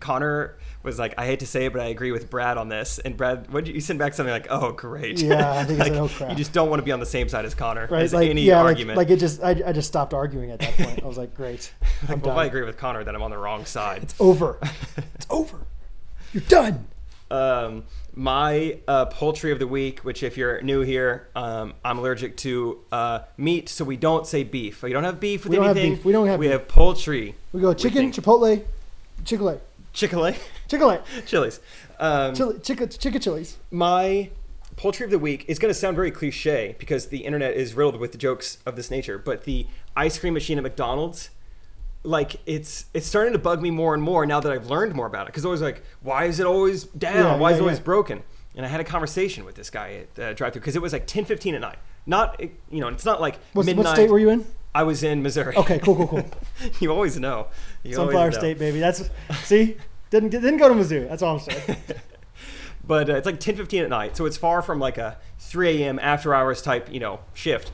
S1: Connor was like, I hate to say it, but I agree with Brad on this. And Brad, what you, you sent back something like, "Oh, great."
S2: Yeah, I think I
S1: like,
S2: said, "Oh, crap."
S1: You just don't want to be on the same side as Connor,
S2: right?
S1: as
S2: like
S1: any
S2: yeah, like-
S1: argument.
S2: Like, it just, I, I just stopped arguing at that point. I was like, great, I'm
S1: well,
S2: done.
S1: if I agree with Connor, then I'm on the wrong side.
S2: It's over. it's over. You're done.
S1: um, my uh, poultry of the week, which if you're new here, um, I'm allergic to uh, meat, so we don't say beef. We don't have beef with
S2: We don't have
S1: anything.
S2: beef. We don't have
S1: We
S2: beef.
S1: have poultry.
S2: We go chicken,
S1: think-
S2: chipotle, chick-fil-a,
S1: Chick-fil-A,
S2: chick-fil-a,
S1: chilies. Um,
S2: chili, chicken, chicken chilies.
S1: my poultry of the week is going to sound very cliche because the internet is riddled with jokes of this nature but the ice cream machine at mcdonald's like it's it's starting to bug me more and more now that i've learned more about it because always like why is it always down
S2: Yeah,
S1: why is
S2: yeah,
S1: it always
S2: yeah.
S1: broken and i had a conversation with this guy at uh, drive through because it was like 10.15 at night not you know it's not like
S2: What's,
S1: midnight
S2: what state were you in?
S1: i was in missouri
S2: Okay, cool, cool, cool.
S1: you always know you always
S2: Sunflower
S1: know.
S2: State, baby. That's see, didn't didn't go to Mizzou. That's all I'm saying.
S1: but uh, it's like 10:15 at night, so it's far from like a 3 a.m. after hours type, you know, shift.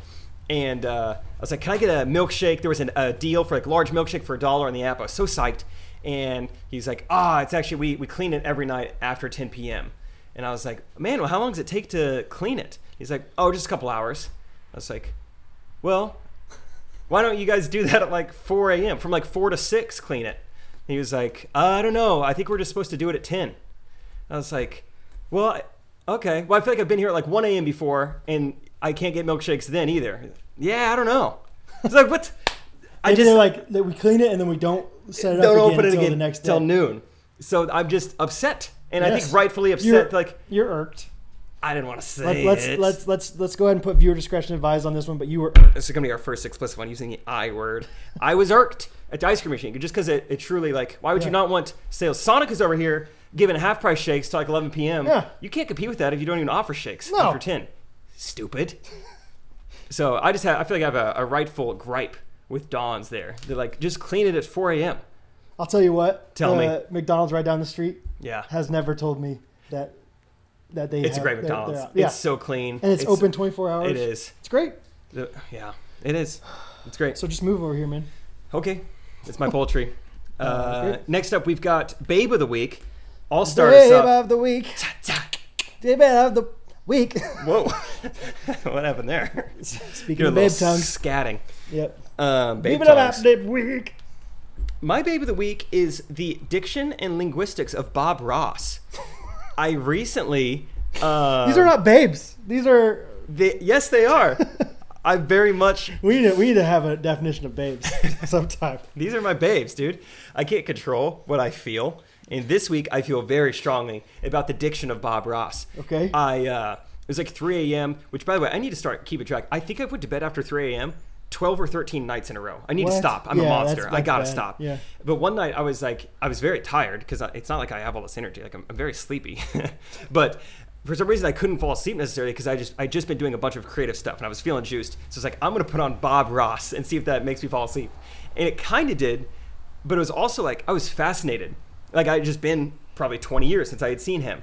S1: And uh, I was like, "Can I get a milkshake?" There was an, a deal for like large milkshake for a dollar on the app. I was so psyched. And he's like, "Ah, it's actually we we clean it every night after 10 p.m." And I was like, "Man, well, how long does it take to clean it?" He's like, "Oh, just a couple hours." I was like, "Well, why don't you guys do that at like 4 a.m. from like 4 to 6? Clean it." And he was like, "Uh, "I don't know. I think we're just supposed to do it at 10." I was like, well, I- okay. Well, I feel like I've been here at like 1 a.m. before, and I can't get milkshakes then either. Yeah, I don't know. It's like, what? I
S2: Maybe
S1: just
S2: they're like that we clean it and then we don't set it up
S1: don't
S2: again
S1: open it
S2: until
S1: again
S2: the next
S1: till
S2: day.
S1: noon. So I'm just upset, and I
S2: Yes.
S1: think rightfully upset.
S2: You're-
S1: like
S2: You're irked.
S1: I didn't want to say
S2: Let, let's
S1: it.
S2: let's let's let's go ahead and put viewer discretion advised on this one. But you were
S1: This is gonna be our first explicit one using the I word. I was irked. at the ice cream machine just because it, it truly like why would
S2: Yeah.
S1: you not want sales? Sonic is over here giving half price shakes till like 11 p.m.
S2: Yeah.
S1: You can't compete with that if you don't even offer shakes
S2: No.
S1: after 10. Stupid. so I just have I feel like I have a, a rightful gripe with Don's there. They're like just clean it at 4 a.m.
S2: I'll tell you what.
S1: Tell me.
S2: McDonald's right down the street
S1: Yeah.
S2: has never told me that that they.
S1: It's a
S2: have-
S1: great
S2: they're- they're
S1: McDonald's.
S2: out. yeah,
S1: It's so clean.
S2: and it's, open 24 hours.
S1: It is.
S2: It's great.
S1: The- yeah, it is. It's great.
S2: So just move over here, man.
S1: Okay, it's my poultry. Uh,
S2: Uh, great.
S1: next up, we've got Babe of the Week. I'll start us
S2: Babe
S1: up.
S2: of the week.
S1: Ta- ta.
S2: Babe of the week.
S1: Whoa, what happened there?
S2: Speaking
S1: You're a
S2: of babe
S1: little
S2: tongues.
S1: scatting.
S2: Yep.
S1: Um, babe
S2: Babe of
S1: tongues.
S2: the week.
S1: My Babe of the Week is the Diction and Linguistics of Bob Ross. I recently. Uh,
S2: These are not babes. These are.
S1: the- yes, they are. I very much
S2: We need, to, we need to have a definition of babes sometime.
S1: These are my babes, dude. I can't control what I feel. And this week, I feel very strongly about the diction of Bob Ross.
S2: Okay.
S1: I, uh, it was like 3 a.m., which, by the way, I need to start keeping track. I think I went to bed after 3 a.m. 12 or 13 nights in a row. I need to
S2: What?
S1: stop. I'm a
S2: Yeah,
S1: monster.
S2: that's-
S1: I
S2: that's
S1: gotta
S2: bad.
S1: stop.
S2: Yeah.
S1: But one night I was like, I was very tired because it's not like I have all this energy. Like I'm, I'm very sleepy. but for some reason I couldn't fall asleep necessarily because I just I just been doing a bunch of creative stuff and I was feeling juiced. So it's like I'm gonna put on Bob Ross and see if that makes me fall asleep. And it kind of did, but it was also like I was fascinated. Like I had just been probably 20 years since I had seen him,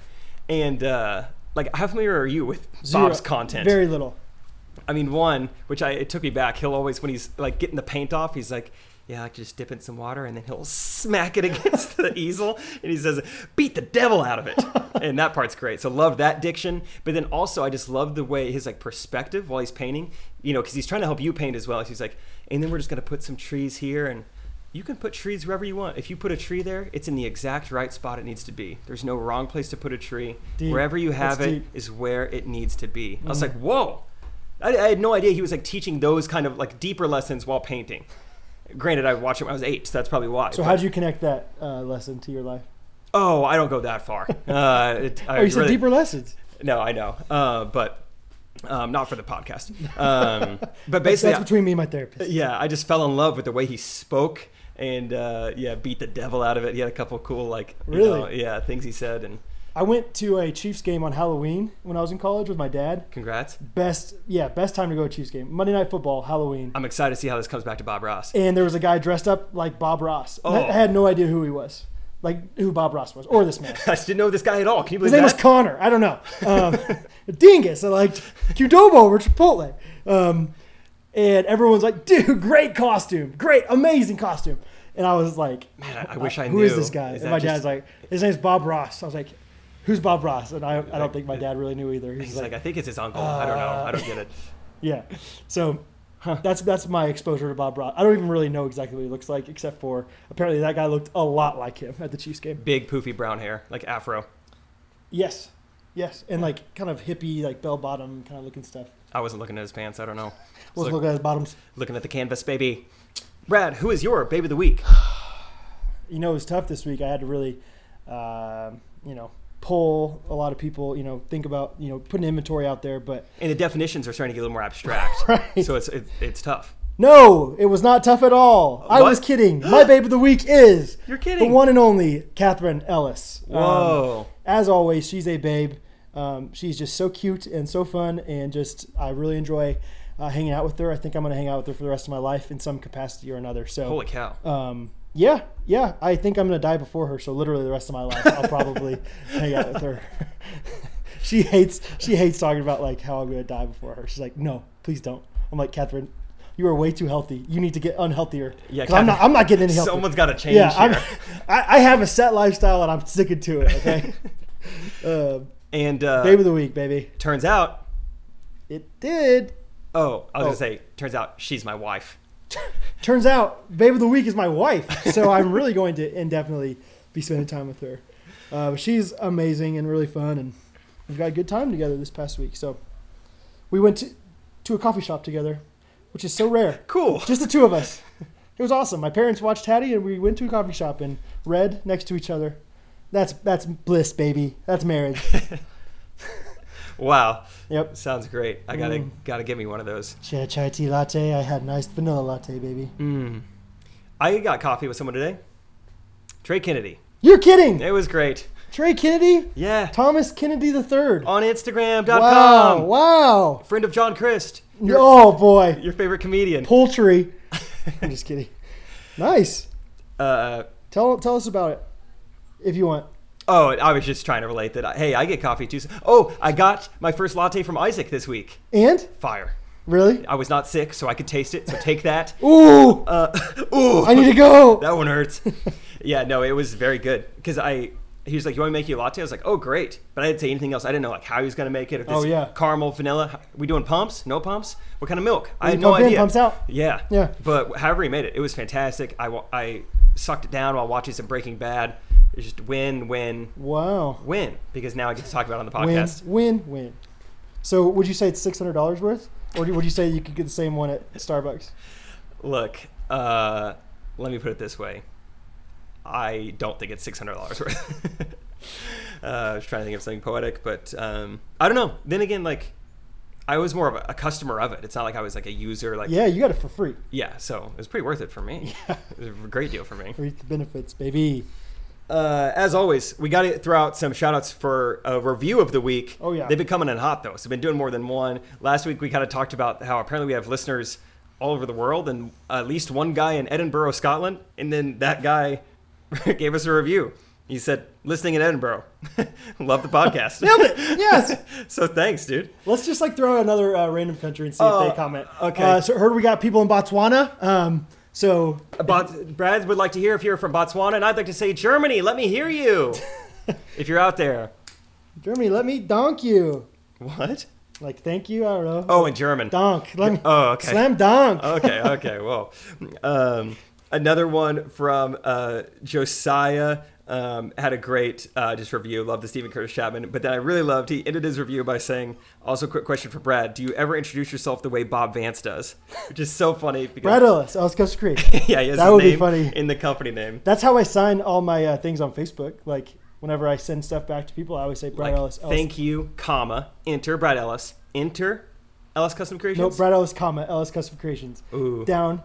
S1: and uh, like how familiar are you with
S2: Zero.
S1: Bob's content?
S2: Very little.
S1: I mean, one, which I it took me back. He'll always when he's like getting the paint off, he's like, "Yeah, I like to just dip in some water," and then he'll smack it against the easel, and he says, "Beat the devil out of it." and that part's great. So love that diction. But then also, I just love the way his like perspective while he's painting. You know, because he's trying to help you paint as well. He's like, "And then we're just gonna put some trees here and." You can put trees wherever you want. If you put a tree there, it's in the exact right spot it needs to be. There's no wrong place to put a tree.
S2: Deep.
S1: Wherever you have
S2: That's
S1: it
S2: deep.
S1: is where it needs to be.
S2: Mm.
S1: I was like, whoa. I, I had no idea he was like teaching those kind of like deeper lessons while painting. Granted, I watched it when I was eight, so that's probably why.
S2: So
S1: but-
S2: how'd you connect that uh, lesson to your life?
S1: oh, I don't go that far. Uh, it, I
S2: Oh, you said
S1: really-
S2: deeper lessons.
S1: No, I know, uh, but um, not for the podcast. Um, but basically,
S2: That's between me and my therapist.
S1: yeah, I just fell in love with the way he spoke and uh, yeah, beat the devil out of it. He had a couple cool like you
S2: Really?
S1: know, yeah things he said, and
S2: I went to a Chiefs game on Halloween when I was in college with my dad.
S1: congrats.
S2: Best, yeah, best time to go to a Chiefs game. Monday Night Football, Halloween.
S1: I'm excited to see how this comes back to Bob Ross.
S2: and there was a guy dressed up like Bob Ross. And I-
S1: Oh.
S2: I had no idea who he was, like who Bob Ross was, or this man.
S1: I didn't know this guy at all. Can you believe
S2: His name was
S1: that?
S2: Connor. I don't know. Um, Dingus. I liked Qdobo over Chipotle. Um, and everyone's like, dude, great costume. Great, amazing costume. And I was like, "Uh,
S1: Man, I, I wish I knew.
S2: who is this guy?
S1: Is
S2: and
S1: that
S2: my
S1: just-
S2: dad's like, his name's Bob Ross. I was like, who's Bob Ross? And I, I don't
S1: Like,
S2: think my
S1: uh,
S2: dad really knew either. He's,
S1: He's
S2: like, Uh.
S1: like, I think it's his uncle. I don't know. I don't get it.
S2: yeah. So that's that's my exposure to Bob Ross. I don't even really know exactly what he looks like, except for apparently that guy looked a lot like him at the Chiefs game.
S1: Big poofy brown hair, like afro.
S2: Yes, yes, and like kind of hippie, like bell bottom kind of looking stuff.
S1: I wasn't looking at his pants. I don't know.
S2: Was
S1: Look-
S2: looking at his bottoms.
S1: looking at the canvas, baby. Brad, who is your babe of the week?
S2: You know, it was tough this week. I had to really, um, you know, pull a lot of people. You know, think about you know putting inventory out there, but
S1: And the definitions are starting to get a little more abstract,
S2: Right.
S1: so it's it, it's tough.
S2: No, it was not tough at all. I
S1: What?
S2: was kidding. My babe of the week is
S1: You're
S2: the
S1: kidding.
S2: one and only Catherine Ellis. Um,
S1: Whoa.
S2: as always, she's a babe. Um, she's just so cute and so fun, and just I really enjoy uh, hanging out with her. I think I'm going to hang out with her for the rest of my life in some capacity or another. So,
S1: Holy cow!
S2: um, yeah, yeah, I think I'm going to die before her. So literally, the rest of my life, I'll probably hang out with her. she hates she hates talking about like how I'm going to die before her. She's like, no, please don't. I'm like, Catherine, you are way too healthy. You need to get unhealthier.
S1: Yeah,
S2: 'Cause I'm not.
S1: Catherine,
S2: I'm not getting any healthier.
S1: Someone's got to change.
S2: yeah, I'm,
S1: here.
S2: I, I have a set lifestyle and I'm sticking to it. Okay. uh,
S1: And uh,
S2: babe of the week, baby.
S1: turns out,
S2: It did.
S1: oh, I was
S2: Oh.
S1: gonna say, turns out she's my wife.
S2: Turns out, babe of the week is my wife, so I'm really going to indefinitely be spending time with her. Uh, she's amazing and really fun, and we've got a good time together this past week. So we went to, to a coffee shop together, which is so rare.
S1: Cool.
S2: Just the two of us. It was awesome. My parents watched Hattie, and we went to a coffee shop and read next to each other. That's that's bliss, baby. That's marriage.
S1: Wow,
S2: Yep.
S1: sounds great. I gotta
S2: Mm.
S1: gotta give me one of those.
S2: She had a chai tea latte. I had an iced vanilla latte, baby.
S1: Mm. I got coffee with someone today. Trey Kennedy.
S2: You're kidding.
S1: It was great.
S2: Trey Kennedy?
S1: Yeah.
S2: Thomas Kennedy the third.
S1: On Instagram.com.
S2: Wow. Wow.
S1: Friend of John Christ. Your,
S2: Oh boy.
S1: your favorite comedian.
S2: Poultry. I'm just kidding. Nice.
S1: Uh,
S2: Tell tell us about it. If you want.
S1: oh, I was just trying to relate that. I, hey, I get coffee too. Oh, I got my first latte from Isaac this week.
S2: And?
S1: Fire.
S2: Really?
S1: I was not sick, so I could taste it. So take that.
S2: Ooh.
S1: Uh, ooh,
S2: I need to go.
S1: that one hurts. yeah, no, it was very good because I. He was like, "You want me to make you a latte?" I was like, "Oh, great!" But I didn't say anything else. I didn't know like how he was gonna make it. If this
S2: Oh, yeah.
S1: caramel, vanilla. We doing pumps? No pumps? What kind of milk? I had
S2: You
S1: no
S2: pump in,
S1: idea.
S2: pumps out.
S1: Yeah.
S2: Yeah.
S1: But however he made it, it was fantastic. I, wa- I sucked it down while watching some Breaking Bad. It was just win, win,
S2: Wow.
S1: win because now I get to talk about it on the
S2: Win,
S1: podcast.
S2: win, win. So would you say it's six hundred dollars worth, or do- would you say you could get the same one at Starbucks?
S1: Look, uh, let me put it this way. I don't think it's six hundred dollars worth. uh, I was trying to think of something poetic, but um, I don't know. Then again, like I was more of a, a customer of it. It's not like I was like a user. Like yeah,
S2: Yeah, you got it for free.
S1: so it was pretty worth it for me. It was a great deal for me.
S2: Reap the benefits, baby.
S1: Uh, as always, we got to throw out some shout outs for a review of the week.
S2: Oh, yeah.
S1: They've been coming in hot, though. So, we've been doing more than one. Last week, we kind of talked about how apparently we have listeners all over the world and at least one guy in Edinburgh, Scotland. And then that guy gave us a review. He said, listening in Edinburgh. Love the podcast.
S2: Nailed it. Yes.
S1: so, thanks, dude.
S2: Let's just like throw out another uh, random country and see if
S1: Oh,
S2: they comment.
S1: okay.
S2: Uh, so heard we got people in Botswana. Um, so
S1: Bot- Brad would like to hear if you're from Botswana. And I'd like to say, Germany, let me hear you. if you're out there.
S2: Germany, let me donk you.
S1: What?
S2: Like thank you. I don't know.
S1: Oh, in German.
S2: Donk. Let me.
S1: Oh, okay.
S2: Slam dunk.
S1: okay, okay, well, um, another one from uh, Josiah um, had a great uh, just review. Love the Stephen Curtis Chapman, but then I really loved. He ended his review by saying, "Also, quick question for Brad: Do you ever introduce yourself the way Bob Vance does?" Which is so funny because
S2: Brad Ellis, Ellis Coast Creek.
S1: yeah, he has
S2: That
S1: his
S2: would be
S1: name
S2: funny.
S1: in the company name.
S2: That's how I sign all my uh, things on Facebook. Like whenever I send stuff back to people, I always say Brad
S1: Like,
S2: Ellis. Ellis.
S1: thank you, comma, enter Brad Ellis, enter Ellis Custom
S2: No,
S1: Creations.
S2: Brad Ellis, comma, Ellis Custom Creations.
S1: Ooh.
S2: Down,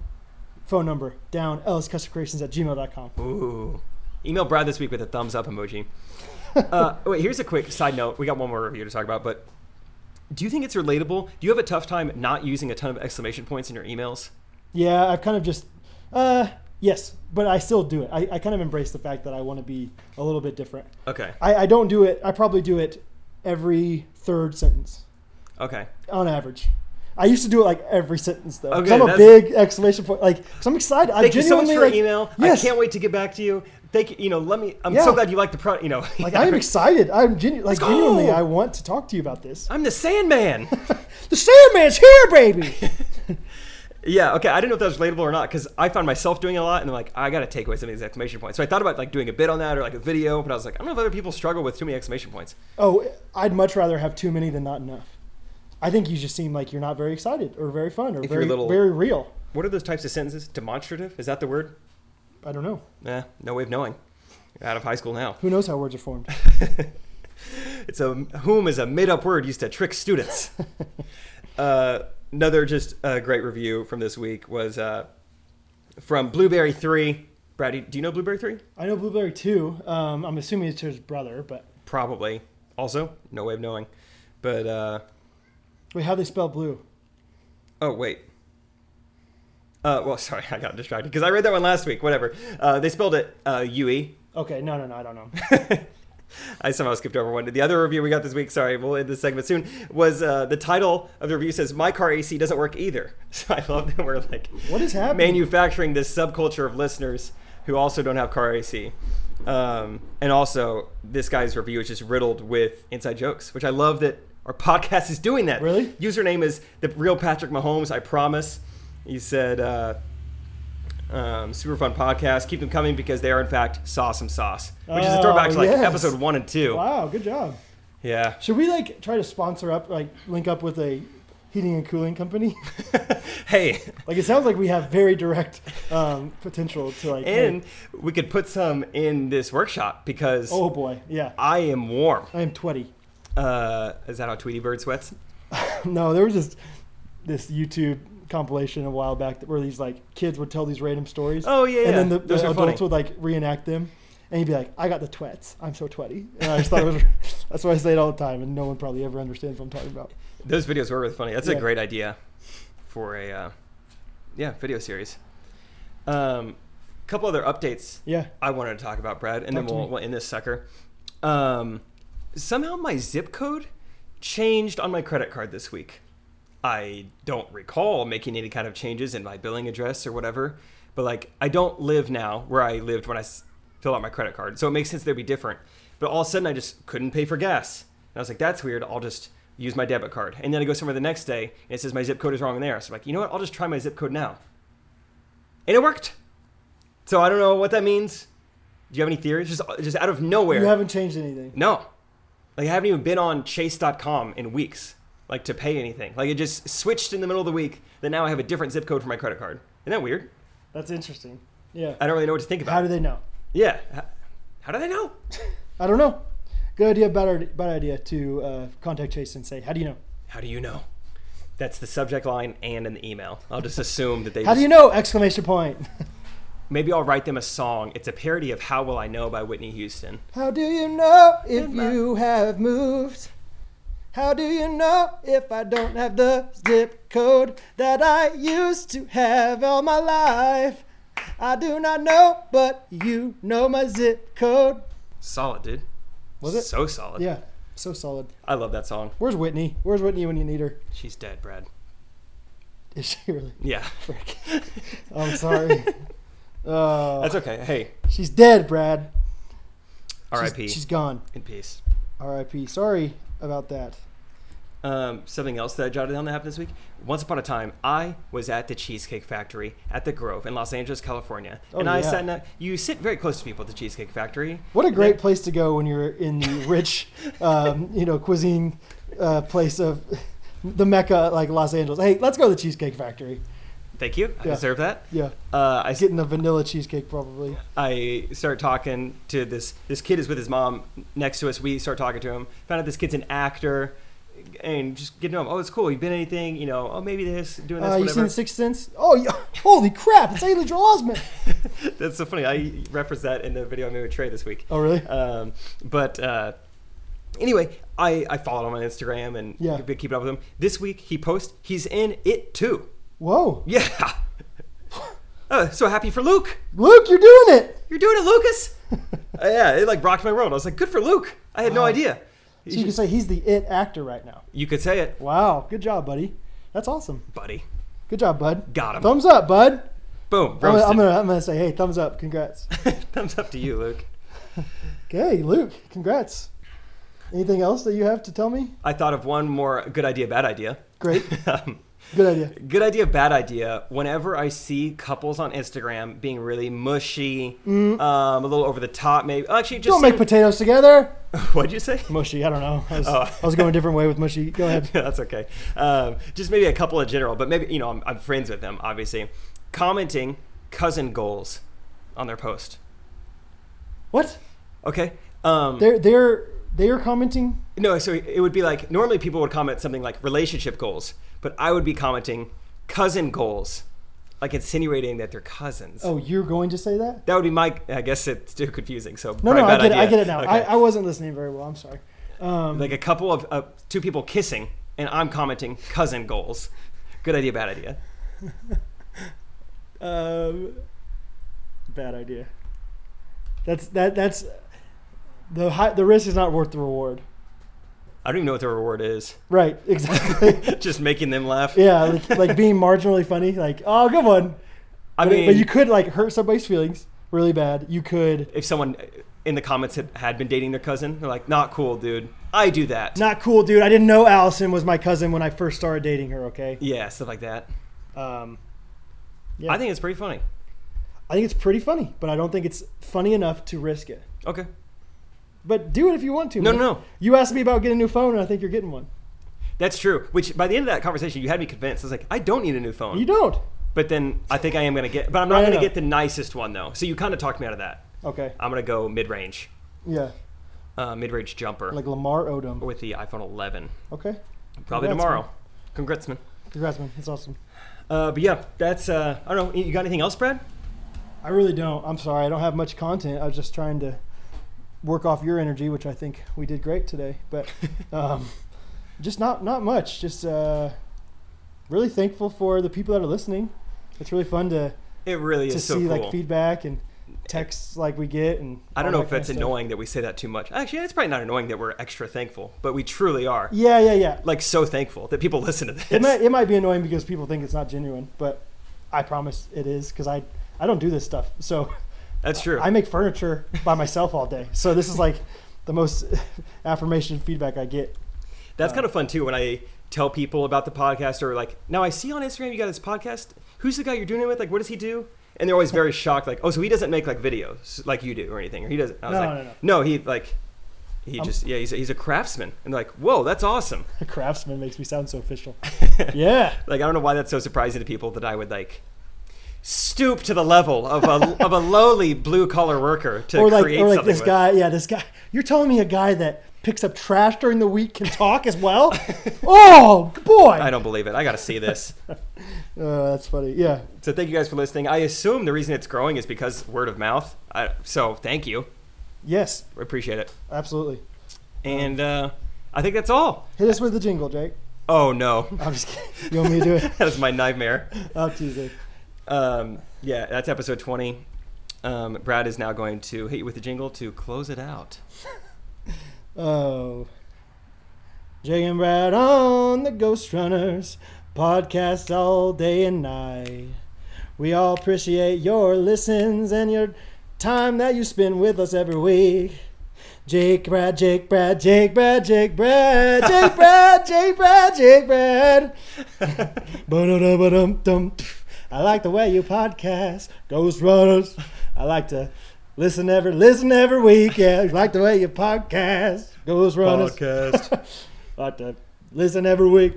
S2: phone number, down, Ellis Custom Creations at gmail.com.
S1: Ooh. Email Brad this week with a thumbs up emoji. Uh, wait, here's a quick side note. We got one more review to talk about, but do you think it's relatable? Do you have a tough time not using a ton of exclamation points in your emails?
S2: Yeah, I've kind of just, uh, yes, but I still do it. I, I kind of embrace the fact that I want to be a little bit different.
S1: Okay.
S2: I, I don't do it, I probably do it every third sentence
S1: Okay.
S2: on average. I used to do it like every sentence though. 'cause
S1: Okay,
S2: I'm a
S1: that's-
S2: big exclamation point. Like, i I'm excited. I
S1: Thank you so much
S2: genuinely
S1: for
S2: like,
S1: your email.
S2: Yes.
S1: I can't wait to get back to you. Thank you. You know, let me. I'm
S2: Yeah.
S1: so glad you like the pro. You know,
S2: Like I am excited. I'm genu- like
S1: go.
S2: genuinely. I want to talk to you about this.
S1: I'm the Sandman.
S2: The Sandman's here, baby.
S1: yeah. Okay. I didn't know if that was relatable or not because I found myself doing it a lot, and I'm like, I gotta take away some of these exclamation points. So I thought about like doing a bit on that or like a video, but I was like, I don't know if other people struggle with too many exclamation points.
S2: Oh, I'd much rather have too many than not enough. I think you just seem like you're not very excited or very fun or
S1: If you're
S2: very
S1: a little-
S2: very real.
S1: What are those types of sentences? Demonstrative? Is that the word?
S2: I don't know.
S1: Eh, no way of knowing. You're out of high school now.
S2: Who knows how words are formed?
S1: It's a whom is a made-up word used to trick students. uh, another just uh, great review from this week was uh, from Blueberry Three. Brad, do- do you know Blueberry Three?
S2: I know Blueberry too. Um, I'm assuming it's his brother, but
S1: Probably. Also, no way of knowing. But uh,
S2: wait, how they spell blue?
S1: Oh wait. Uh, well, sorry, I got distracted because I read that one last week. Whatever. Uh, they spelled it uh, UE.
S2: Okay, no, no, no, I don't know.
S1: I somehow skipped over one. The other review we got this week, sorry, we'll end this segment soon, was uh, the title of the review says, My car AC doesn't work either. So I love that we're like
S2: What is happening?
S1: manufacturing this subculture of listeners who also don't have car AC. Um, and also, this guy's review is just riddled with inside jokes, which I love that our podcast is doing that.
S2: Really?
S1: Username is the real Patrick Mahomes, I promise. He said, uh, um, super fun podcast. Keep them coming because they are, in fact, Sauce and Sauce, which is a
S2: Oh,
S1: throwback to like
S2: yes.
S1: episode one and two.
S2: wow, good job.
S1: Yeah.
S2: Should we like try to sponsor up, like link up with a heating and cooling company?
S1: Hey,
S2: like it sounds like we have very direct um, potential to like.
S1: and we could put some in this workshop because
S2: oh boy, yeah,
S1: I am warm.
S2: I am twenty.
S1: Uh, is that how Tweety Bird sweats?
S2: No, there was just this YouTube compilation a while back that where these like kids would tell these random stories.
S1: Oh, yeah,
S2: And
S1: yeah.
S2: then the, the
S1: Those are
S2: adults
S1: funny.
S2: would like reenact them, and he'd be like, "I got the twets. I'm so twetty." And I just thought it was, that's why I say it all the time, and no one probably ever understands what I'm talking about.
S1: Those videos were really funny. That's
S2: Yeah.
S1: a great idea for a uh, yeah video series. Um, couple other updates
S2: Yeah.
S1: I wanted to talk about, Brad, and
S2: Talk
S1: then
S2: to
S1: we'll,
S2: me.
S1: we'll end this sucker. Um, somehow my zip code changed on my credit card this week. I don't recall making any kind of changes in my billing address or whatever, but like I don't live now where I lived when I s- filled out my credit card, so it makes sense they'd be different. But all of a sudden, I just couldn't pay for gas, and I was like, "That's weird. I'll just use my debit card." And then I go somewhere the next day, and it says my zip code is wrong there. So I'm like, "You know what? I'll just try my zip code now," and it worked. So I don't know what that means. Do you have any theories? Just just out of nowhere.
S2: You haven't changed anything.
S1: No. Like I haven't even been on chase.com in weeks like to pay anything. Like it just switched in the middle of the week that now I have a different zip code for my credit card. Isn't that weird?
S2: That's interesting. Yeah.
S1: I don't really know what to think about.
S2: How do they know?
S1: yeah. How, how do they know?
S2: I don't know. Good idea, bad, bad idea to uh, contact Chase and say, "How do you know?
S1: How do you know? That's the subject line and in the email. I'll just assume that they
S2: How do
S1: just-
S2: you know?" Exclamation point.
S1: maybe I'll write them a song. It's a parody of How Will I Know by Whitney Houston.
S2: How do you know if
S1: Goodbye.
S2: you have moved? How do you know if I don't have the zip code that I used to have all my life? I do not know, but you know my zip code.
S1: Solid, dude.
S2: Was it?
S1: So solid.
S2: Yeah, so solid.
S1: I love that song.
S2: Where's Whitney? Where's Whitney when you need her?
S1: She's dead, Brad.
S2: Is she really?
S1: Yeah.
S2: Frick. I'm sorry. Oh,
S1: That's okay. Hey,
S2: she's dead, Brad. She's-
S1: R.I.P.
S2: She's gone.
S1: In peace.
S2: R.I.P. Sorry about that.
S1: Um, something else that I jotted down that happened this week. Once upon a time, I was at the Cheesecake Factory at the Grove in Los Angeles, California,
S2: Oh,
S1: and I
S2: yeah.
S1: sat. In a, you sit very close to people at the Cheesecake Factory.
S2: What a great place to go when you're in the rich, um, you know, cuisine uh, place of the mecca like Los Angeles. Hey, let's go to the Cheesecake Factory.
S1: Thank you. I
S2: Yeah.
S1: deserve that.
S2: Yeah,
S1: Uh, I
S2: getting a vanilla cheesecake probably. Uh,
S1: I start talking to this this kid is with his mom next to us. We start talking to him. Found out this kid's an actor, and just get to know him. Oh, it's cool. You've been anything? You know? Oh, maybe this, doing this,
S2: Uh, you seen
S1: whatever.
S2: The Sixth Sense? Oh, yeah. holy crap! It's Haley Joel Osment.
S1: That's so funny. I referenced that in the video I made with Trey this week.
S2: Oh, really?
S1: Um, but uh, anyway, I, I followed him on Instagram and
S2: Yeah.
S1: been keeping up with him. This week he posts he's in it too.
S2: Whoa,
S1: Yeah. oh, so happy for Luke.
S2: Luke, you're doing it.
S1: You're doing it, Lucas. Uh, yeah, it like rocked my world. I was like, good for Luke. I had no idea.
S2: Uh, So you can say he's the it actor right now.
S1: You could say it,
S2: Wow, good job, buddy. That's awesome.
S1: buddy.
S2: Good job, bud.
S1: Got him.
S2: Thumbs up, bud.
S1: Boom.
S2: I'm gonna,
S1: Roasted.
S2: I'm gonna I'm gonna say, hey, thumbs up. Congrats.
S1: Thumbs up to you, Luke.
S2: Okay, Luke, congrats. Anything else that you have to tell me?
S1: I thought of one more good idea, bad idea.
S2: Great.
S1: Um,
S2: Good idea.
S1: Good idea, bad idea. Whenever I see couples on Instagram being really mushy, um, a little over the top, maybe. oh, Actually, just
S2: Mm-hmm. Don't make
S1: saying-
S2: potatoes together.
S1: what'd you say?
S2: Mushy. I don't know. I was,
S1: Oh.
S2: I was going a different way with mushy. Go ahead.
S1: Yeah, That's okay. Um, just maybe a couple of general, but maybe you know I'm, I'm friends with them, obviously. Commenting cousin goals on their post.
S2: What?
S1: Okay. Um,
S2: They're they're they are commenting.
S1: no, so it would be like normally people would comment something like relationship goals, but I would be commenting cousin goals, like insinuating that they're cousins.
S2: Oh, you're going to say that?
S1: That would be my. I guess it's too confusing. So
S2: No,
S1: probably
S2: no, I
S1: bad
S2: get it. I
S1: idea.
S2: get it now.
S1: Okay.
S2: I, I wasn't listening very well. I'm sorry. Um,
S1: like a couple of uh, two people kissing, and I'm commenting cousin goals. Good idea, bad idea.
S2: um, bad idea. That's that that's the high, the risk is not worth the reward.
S1: I don't even know what the reward is.
S2: Right. Exactly.
S1: Just making them laugh.
S2: yeah. Like, like being marginally funny. Like oh, good one.
S1: I
S2: but,
S1: mean,
S2: but you could like hurt somebody's feelings really bad. You could
S1: if someone in the comments had, had been dating their cousin, they're like, "Not cool, dude. I do that."
S2: not cool, dude. I didn't know Allison was my cousin when I first started dating her. Okay.
S1: Yeah, stuff like that.
S2: Um, yeah.
S1: I think it's pretty funny.
S2: I think it's pretty funny, but I don't think it's funny enough to risk it.
S1: Okay.
S2: But do it if you want to.
S1: No,
S2: man.
S1: no, no.
S2: You asked me about getting a new phone, and I think you're getting one.
S1: That's true. Which by the end of that conversation, you had me convinced. I was like, "I don't need a new phone."
S2: You don't. Oh,
S1: But then I think I am gonna get. But I'm not
S2: Right, I
S1: gonna
S2: know.
S1: get the nicest one though. So you kind of talked me out of that.
S2: Okay.
S1: I'm gonna go mid-range,
S2: Yeah.
S1: uh, mid-range jumper
S2: Like Lamar Odom.
S1: with the iPhone 11.
S2: Okay.
S1: Probably
S2: Congrats,
S1: tomorrow. Congrats, man.
S2: Congrats, man. That's awesome.
S1: Uh, but yeah, that's uh, I don't know. You got anything else, Brad?
S2: I really don't. I'm sorry. I don't have much content. I was just trying to work off your energy, which I think we did great today. But um, just not not much. Just uh, really thankful for the people that are listening. It's really fun to
S1: It really
S2: to
S1: is so
S2: see
S1: cool. Eh,
S2: like feedback and texts like we get and
S1: I don't know
S2: all that
S1: if
S2: kinda
S1: that's
S2: stuff.
S1: annoying that we say that too much. Actually, it's probably not annoying that we're extra thankful, but we truly are.
S2: Yeah, yeah, yeah.
S1: Like so thankful that people listen to this.
S2: It might it might be annoying because people think it's not genuine, but I promise it is because I I don't do this stuff. So
S1: that's true.
S2: I make furniture by myself all day. So this is like the most affirmation feedback I get.
S1: That's
S2: Uh,
S1: kind of fun too when I tell people about the podcast or like, now I see on Instagram you got this podcast. Who's the guy you're doing it with? Like, what does he do? And they're always very shocked, like, oh, so he doesn't make like videos like you do or anything, or he doesn't. I was
S2: No,
S1: like,
S2: no,
S1: no, he like, he
S2: Um,
S1: just yeah, he's a, he's a craftsman, and they're like, whoa, that's awesome.
S2: A craftsman makes me sound so official. yeah.
S1: Like, I don't know why that's so surprising to people that I would like stoop to the level of a of a lowly blue collar worker to
S2: Or like
S1: create
S2: or like
S1: something.
S2: this
S1: with.
S2: guy, yeah, this guy. You're telling me a guy that picks up trash during the week can talk as well? oh, boy.
S1: I don't believe it. I got to see this.
S2: Oh, that's funny. Yeah.
S1: so thank you guys for listening. I assume the reason it's growing is because word of mouth. I, so thank you.
S2: Yes,
S1: I appreciate it.
S2: absolutely.
S1: And uh, I think that's all.
S2: Hit us with the jingle, Jake.
S1: Oh no,
S2: I'm just kidding. You want me to do it?
S1: that is my nightmare.
S2: Oh, Tuesday.
S1: Um, yeah, that's episode twenty. Um, Brad is now going to hit you with a jingle to close it out.
S2: Oh. Jake and Brad on the Ghost Runners podcast all day and night. We all appreciate your listens and your time that you spend with us every week. Jake, Brad, Jake, Brad, Jake, Brad, Jake, Brad, Jake, Brad, Jake, Brad, Jake, Brad. Ba-da-da-ba-dum-dum. I like the way you podcast, Ghost Runners. I like to listen every listen every week. Yeah, I like the way you podcast, Ghost Runners.
S1: Podcast.
S2: I like to uh, listen every week.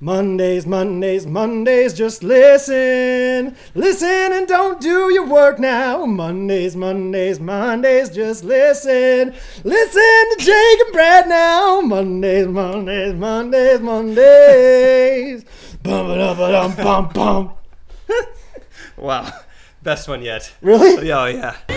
S2: Mondays, Mondays, Mondays, just listen. Listen and don't do your work now. Mondays, Mondays, Mondays, just listen. Listen to Jake and Brad now. Mondays, Mondays, Mondays, Mondays. Bum ba dum bum bum.
S1: wow, best one yet.
S2: Really?
S1: Yeah, oh yeah.